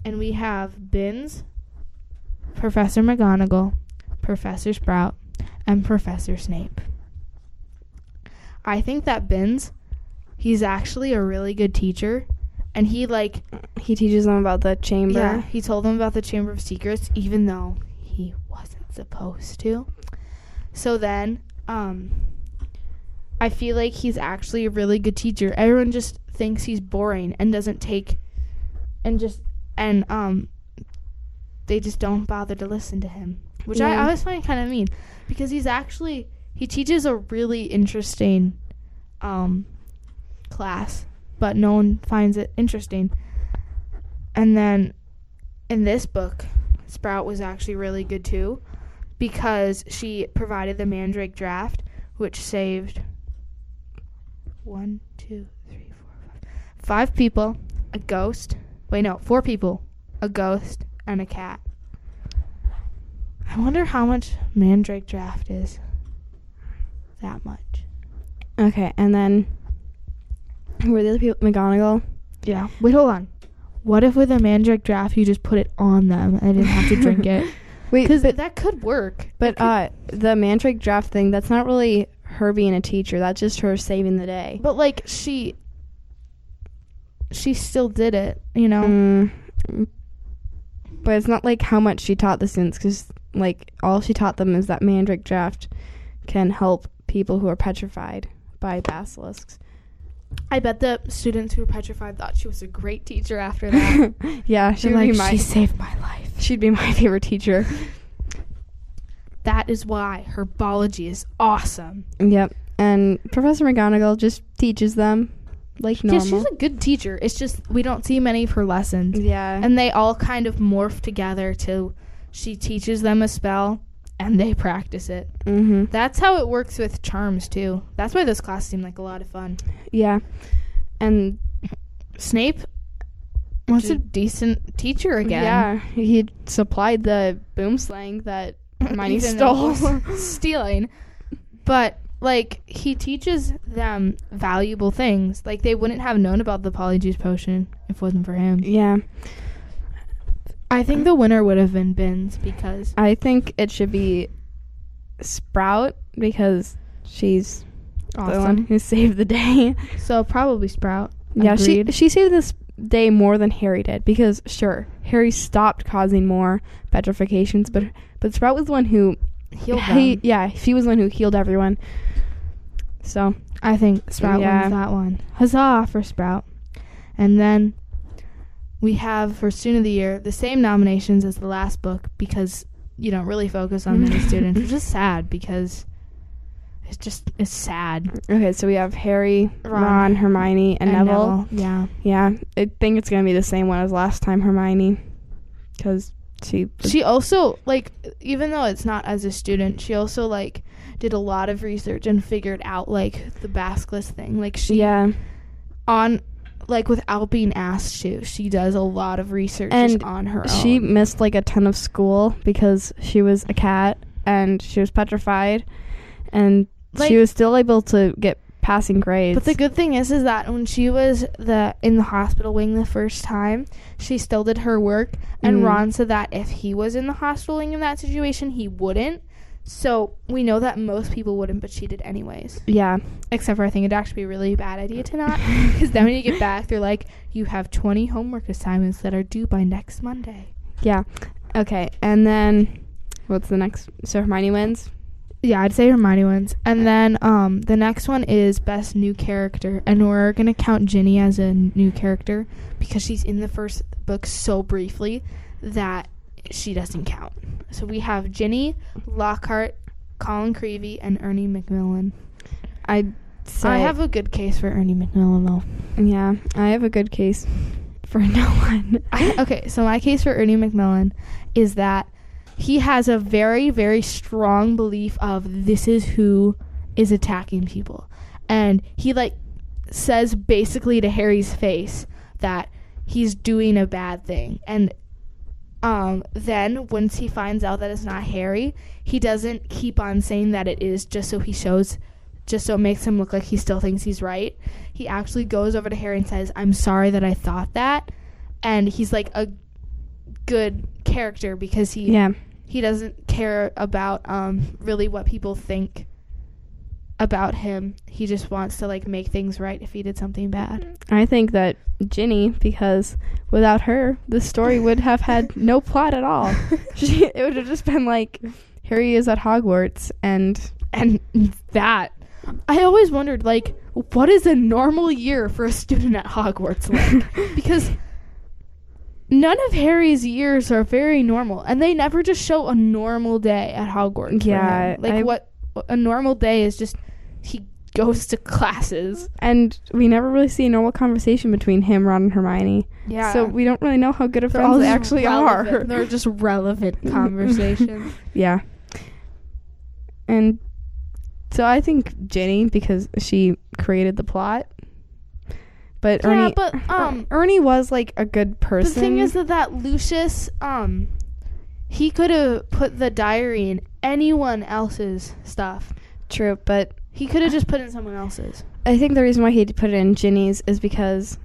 [SPEAKER 3] And we have Binns, Professor McGonagall, Professor Sprout, and Professor Snape. I think that Binns, he's actually a really good teacher, and he like
[SPEAKER 4] He teaches them about the chamber.
[SPEAKER 3] yeah, he told them about the Chamber of Secrets, even though he wasn't supposed to. So then, um, I feel like he's actually a really good teacher. Everyone just thinks he's boring and doesn't take, and just and um, they just don't bother to listen to him, which I
[SPEAKER 4] Yeah.
[SPEAKER 3] always find kind of mean because he's actually he teaches a really interesting, um, class, but no one finds it interesting. And then in this book, Sprout was actually really good too because she provided the Mandrake draft, which saved one, two, three, four, five. Five people, a ghost. Wait, no, four people, a ghost, and a cat. I wonder how much Mandrake draft is. That much.
[SPEAKER 4] Okay, and then were the other people McGonagall?
[SPEAKER 3] Yeah. Wait, hold on. What if with a Mandrake draft you just put it on them and they didn't have to drink it?
[SPEAKER 4] Wait,
[SPEAKER 3] Because
[SPEAKER 4] but,
[SPEAKER 3] that could work.
[SPEAKER 4] but uh, the Mandrake draft thing, that's not really her being a teacher. That's just her saving the day.
[SPEAKER 3] But like she, she still did it. You know.
[SPEAKER 4] Mm, but it's not like how much she taught the students because, like, all she taught them is that Mandrake draft can help people who are petrified by basilisks.
[SPEAKER 3] I bet the students who were petrified thought she was a great teacher after that.
[SPEAKER 4] yeah, she
[SPEAKER 3] They're
[SPEAKER 4] would
[SPEAKER 3] like,
[SPEAKER 4] be my
[SPEAKER 3] she saved my life.
[SPEAKER 4] she'd be my favorite teacher.
[SPEAKER 3] That is why herbology is awesome.
[SPEAKER 4] yep, and Professor McGonagall just teaches them like normal.
[SPEAKER 3] Yeah, she's a good teacher. It's just we don't see many of her lessons.
[SPEAKER 4] Yeah.
[SPEAKER 3] And they all kind of morph together to she teaches them a spell and they practice it.
[SPEAKER 4] mm-hmm.
[SPEAKER 3] That's how it works with charms too. That's why those classes seem like a lot of fun.
[SPEAKER 4] Yeah. And
[SPEAKER 3] Snape was a decent teacher again.
[SPEAKER 4] yeah, he supplied the boom slang that Hermione
[SPEAKER 3] Even though
[SPEAKER 4] stole.
[SPEAKER 3] he's stealing. But like he teaches them valuable things. Like they wouldn't have known about the polyjuice potion if it wasn't for him.
[SPEAKER 4] yeah.
[SPEAKER 3] I think the winner would have been Bins because
[SPEAKER 4] I think it should be Sprout because she's the one
[SPEAKER 3] awesome.
[SPEAKER 4] who saved the day.
[SPEAKER 3] So probably Sprout.
[SPEAKER 4] yeah, she
[SPEAKER 3] Agreed.
[SPEAKER 4] she saved this day more than Harry did because sure, Harry stopped causing more petrifications, but but Sprout was the one who
[SPEAKER 3] healed
[SPEAKER 4] he,
[SPEAKER 3] them.
[SPEAKER 4] yeah, she was the one who healed everyone. So,
[SPEAKER 3] I think Sprout
[SPEAKER 4] Yeah.
[SPEAKER 3] wins that one. Huzzah for Sprout. And then we have for Student of the Year the same nominations as the last book because you know really focus on many students, which is sad because it's just it's sad.
[SPEAKER 4] Okay, so we have Harry,
[SPEAKER 3] Ron.
[SPEAKER 4] Ron, Hermione, and, Neville.
[SPEAKER 3] yeah,
[SPEAKER 4] Yeah, I think it's gonna be the same one as last time, Hermione, because she.
[SPEAKER 3] she also like even though it's not as a student, she also like did a lot of research and figured out like the Baskless thing. Like she
[SPEAKER 4] yeah,
[SPEAKER 3] on like without being asked to, she does a lot of research
[SPEAKER 4] And
[SPEAKER 3] just on her
[SPEAKER 4] she
[SPEAKER 3] own.
[SPEAKER 4] missed like a ton of school because she was a cat and she was petrified, and
[SPEAKER 3] Like-
[SPEAKER 4] she was still able to get passing grades.
[SPEAKER 3] But the good thing is, is that when she was the in the hospital wing the first time, she still did her work. And
[SPEAKER 4] Mm.
[SPEAKER 3] Ron said that if he was in the hospital wing in that situation, he wouldn't. So we know that most people wouldn't, but she did anyways.
[SPEAKER 4] yeah,
[SPEAKER 3] Except for I think it'd actually be a really bad idea to not, because then when you get back, they're like, you have 20 homework assignments that are due by next Monday.
[SPEAKER 4] yeah, okay, and then what's the next? So Hermione wins.
[SPEAKER 3] Yeah, I'd say Hermione wins. And then um, the next one is best new character, and we're gonna count Ginny as a new character because she's in the first book so briefly that she doesn't count. So we have Ginny, Lockhart, Colin Creevy, and Ernie McMillan.
[SPEAKER 4] I. Say,
[SPEAKER 3] I have a good case for Ernie McMillan though.
[SPEAKER 4] Yeah, I have a good case for no one.
[SPEAKER 3] I, okay, so my case for Ernie McMillan is that he has a very, very strong belief of this is who is attacking people. And he, like, says basically to Harry's face that he's doing a bad thing. And um, then, once he finds out that it's not Harry, he doesn't keep on saying that it is just so he shows, just so it makes him look like he still thinks he's right. He actually goes over to Harry and says, I'm sorry that I thought that and he's like a good character because he
[SPEAKER 4] Yeah.
[SPEAKER 3] he doesn't care about um really what people think about him. He just wants to like make things right if he did something bad.
[SPEAKER 4] I think that Ginny, because without her, the story would have had no plot at all. She, it would have just been like, here he is at Hogwarts, and
[SPEAKER 3] And that I always wondered like what is a normal year for a student at Hogwarts like? because none of Harry's years are very normal and they never just show a normal day at Hogwarts. for
[SPEAKER 4] Yeah,
[SPEAKER 3] him. Like
[SPEAKER 4] I-
[SPEAKER 3] what a normal day is just he goes to classes.
[SPEAKER 4] and we never really see a normal conversation between him, Ron, and Hermione.
[SPEAKER 3] Yeah.
[SPEAKER 4] So we don't really know how good of friends they actually are.
[SPEAKER 3] They're just relevant conversations.
[SPEAKER 4] Yeah. And so I think Ginny, because she created the plot. But
[SPEAKER 3] yeah,
[SPEAKER 4] Ernie,
[SPEAKER 3] but um,
[SPEAKER 4] Ernie was like a good
[SPEAKER 3] the
[SPEAKER 4] person.
[SPEAKER 3] thing is that, that Lucius um, he could have put the diary in anyone else's stuff.
[SPEAKER 4] true, but
[SPEAKER 3] He could have just put in someone else's.
[SPEAKER 4] I think the reason why he put it in Ginny's is because,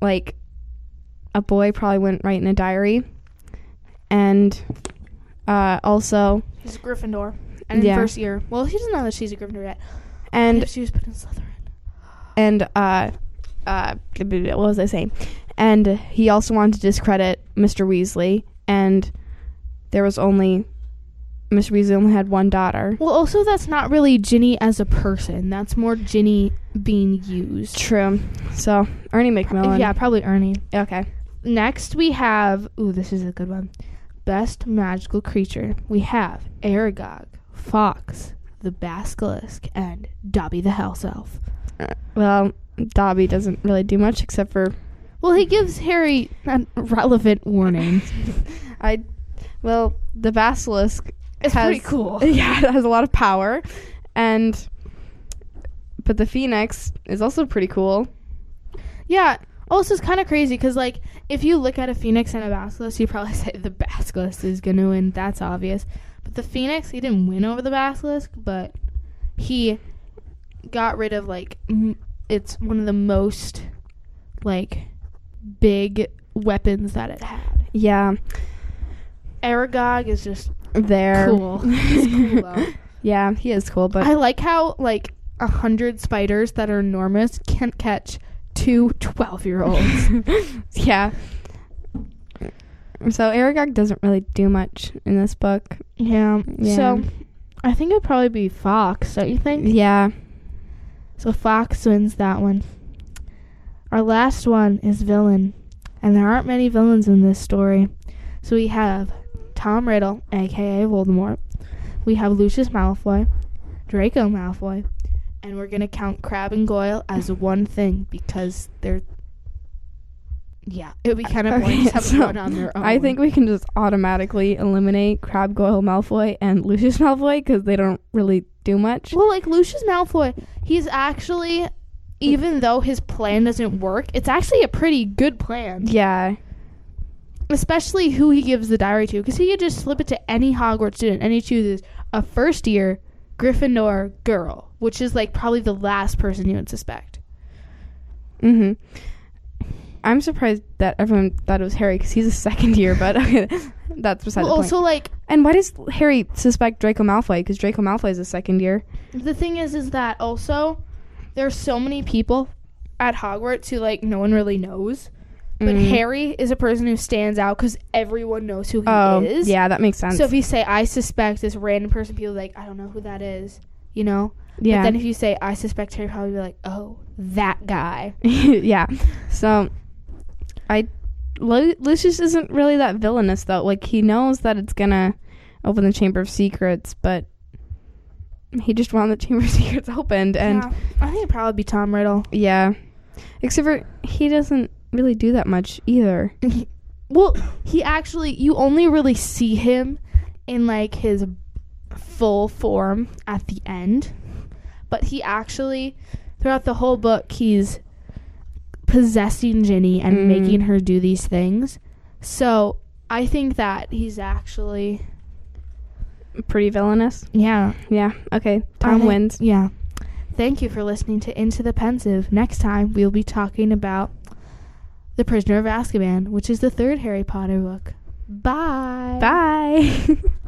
[SPEAKER 4] like, a boy probably wouldn't write in a diary, and uh, also,
[SPEAKER 3] He's a Gryffindor, and
[SPEAKER 4] Yeah.
[SPEAKER 3] in first year, well, he doesn't know that she's a Gryffindor yet. And
[SPEAKER 4] and
[SPEAKER 3] she was put in Slytherin.
[SPEAKER 4] and uh, uh, what was I saying? And he also wanted to discredit Mr. Weasley, and there was only Mr. Weasley only had one daughter.
[SPEAKER 3] Well, also that's not really Ginny as a person. That's more Ginny being used.
[SPEAKER 4] True. So Ernie McMillan.
[SPEAKER 3] Yeah, probably Ernie.
[SPEAKER 4] Okay.
[SPEAKER 3] Next, we have. Ooh, this is a good one. Best magical creature. We have Aragog, Fox, the Basilisk, and Dobby the House Elf.
[SPEAKER 4] Well, Dobby doesn't really do much except for
[SPEAKER 3] Well, he gives Harry a relevant warning.
[SPEAKER 4] I well, the basilisk
[SPEAKER 3] It's
[SPEAKER 4] has,
[SPEAKER 3] pretty cool.
[SPEAKER 4] Yeah, it has a lot of power, and but the phoenix is also pretty cool.
[SPEAKER 3] Yeah. Oh, Also, it's kind of crazy because, like, if you look at a phoenix and a basilisk, you probably say the basilisk is going to win. That's obvious. But the phoenix, he didn't win over the basilisk, but he got rid of, like, m- it's one of the most, like, big weapons that it had.
[SPEAKER 4] Yeah,
[SPEAKER 3] Aragog is just
[SPEAKER 4] there.
[SPEAKER 3] cool. He's cool, though.
[SPEAKER 4] Yeah, he is cool, but
[SPEAKER 3] I like how, like, a hundred spiders that are enormous can't catch two 12 year olds.
[SPEAKER 4] yeah. So Aragog doesn't really do much in this book.
[SPEAKER 3] Yeah.
[SPEAKER 4] Yeah.
[SPEAKER 3] So I think it'd probably be Fox, don't you think?
[SPEAKER 4] Yeah,
[SPEAKER 3] So Fox wins that one. Our last one is villain. And there aren't many villains in this story. So we have Tom Riddle, aka Voldemort. We have Lucius Malfoy, Draco Malfoy, and we're gonna count Crab and Goyle as one thing because they're. Yeah, it would be kind of boring to have
[SPEAKER 4] so
[SPEAKER 3] one on their own.
[SPEAKER 4] I think we can just automatically eliminate Crab Goyle Malfoy and Lucius Malfoy because they don't really do much.
[SPEAKER 3] Well, like Lucius Malfoy, he's actually, even though his plan doesn't work, it's actually a pretty good plan.
[SPEAKER 4] Yeah,
[SPEAKER 3] Especially who he gives the diary to, because he could just slip it to any Hogwarts student, and he chooses a first year Gryffindor girl, which is like probably the last person you would suspect.
[SPEAKER 4] hmm I'm surprised that everyone thought it was Harry because he's a second year, but okay, that's beside
[SPEAKER 3] Well,
[SPEAKER 4] the point.
[SPEAKER 3] also, like,
[SPEAKER 4] And why does Harry suspect Draco Malfoy? Because Draco Malfoy is a second year.
[SPEAKER 3] the thing is, is that also there's so many people at Hogwarts who, like, no one really knows. But
[SPEAKER 4] Mm.
[SPEAKER 3] Harry is a person who stands out because everyone knows who he
[SPEAKER 4] Oh,
[SPEAKER 3] is.
[SPEAKER 4] yeah, that makes sense.
[SPEAKER 3] So if you say I suspect this random person, people are like I don't know who that is, you know.
[SPEAKER 4] yeah,
[SPEAKER 3] But then if you say I suspect Harry, probably be like, oh, that guy.
[SPEAKER 4] yeah. So I Lu- Lucius isn't really that villainous though. Like he knows that it's gonna open the Chamber of Secrets, but he just wanted the Chamber of Secrets opened, and
[SPEAKER 3] Yeah, I think it'd probably be Tom Riddle.
[SPEAKER 4] yeah. Except for he doesn't really do that much either.
[SPEAKER 3] Well, he actually you only really see him in like his full form at the end, but he actually throughout the whole book he's possessing Ginny and
[SPEAKER 4] Mm.
[SPEAKER 3] making her do these things. So I think that he's actually
[SPEAKER 4] Pretty villainous.
[SPEAKER 3] yeah
[SPEAKER 4] Yeah. Okay. Tom
[SPEAKER 3] think-
[SPEAKER 4] wins.
[SPEAKER 3] Yeah. Thank you for listening to Into the Pensive. Next time, we'll be talking about The Prisoner of Azkaban, which is the third Harry Potter book. Bye.
[SPEAKER 4] Bye.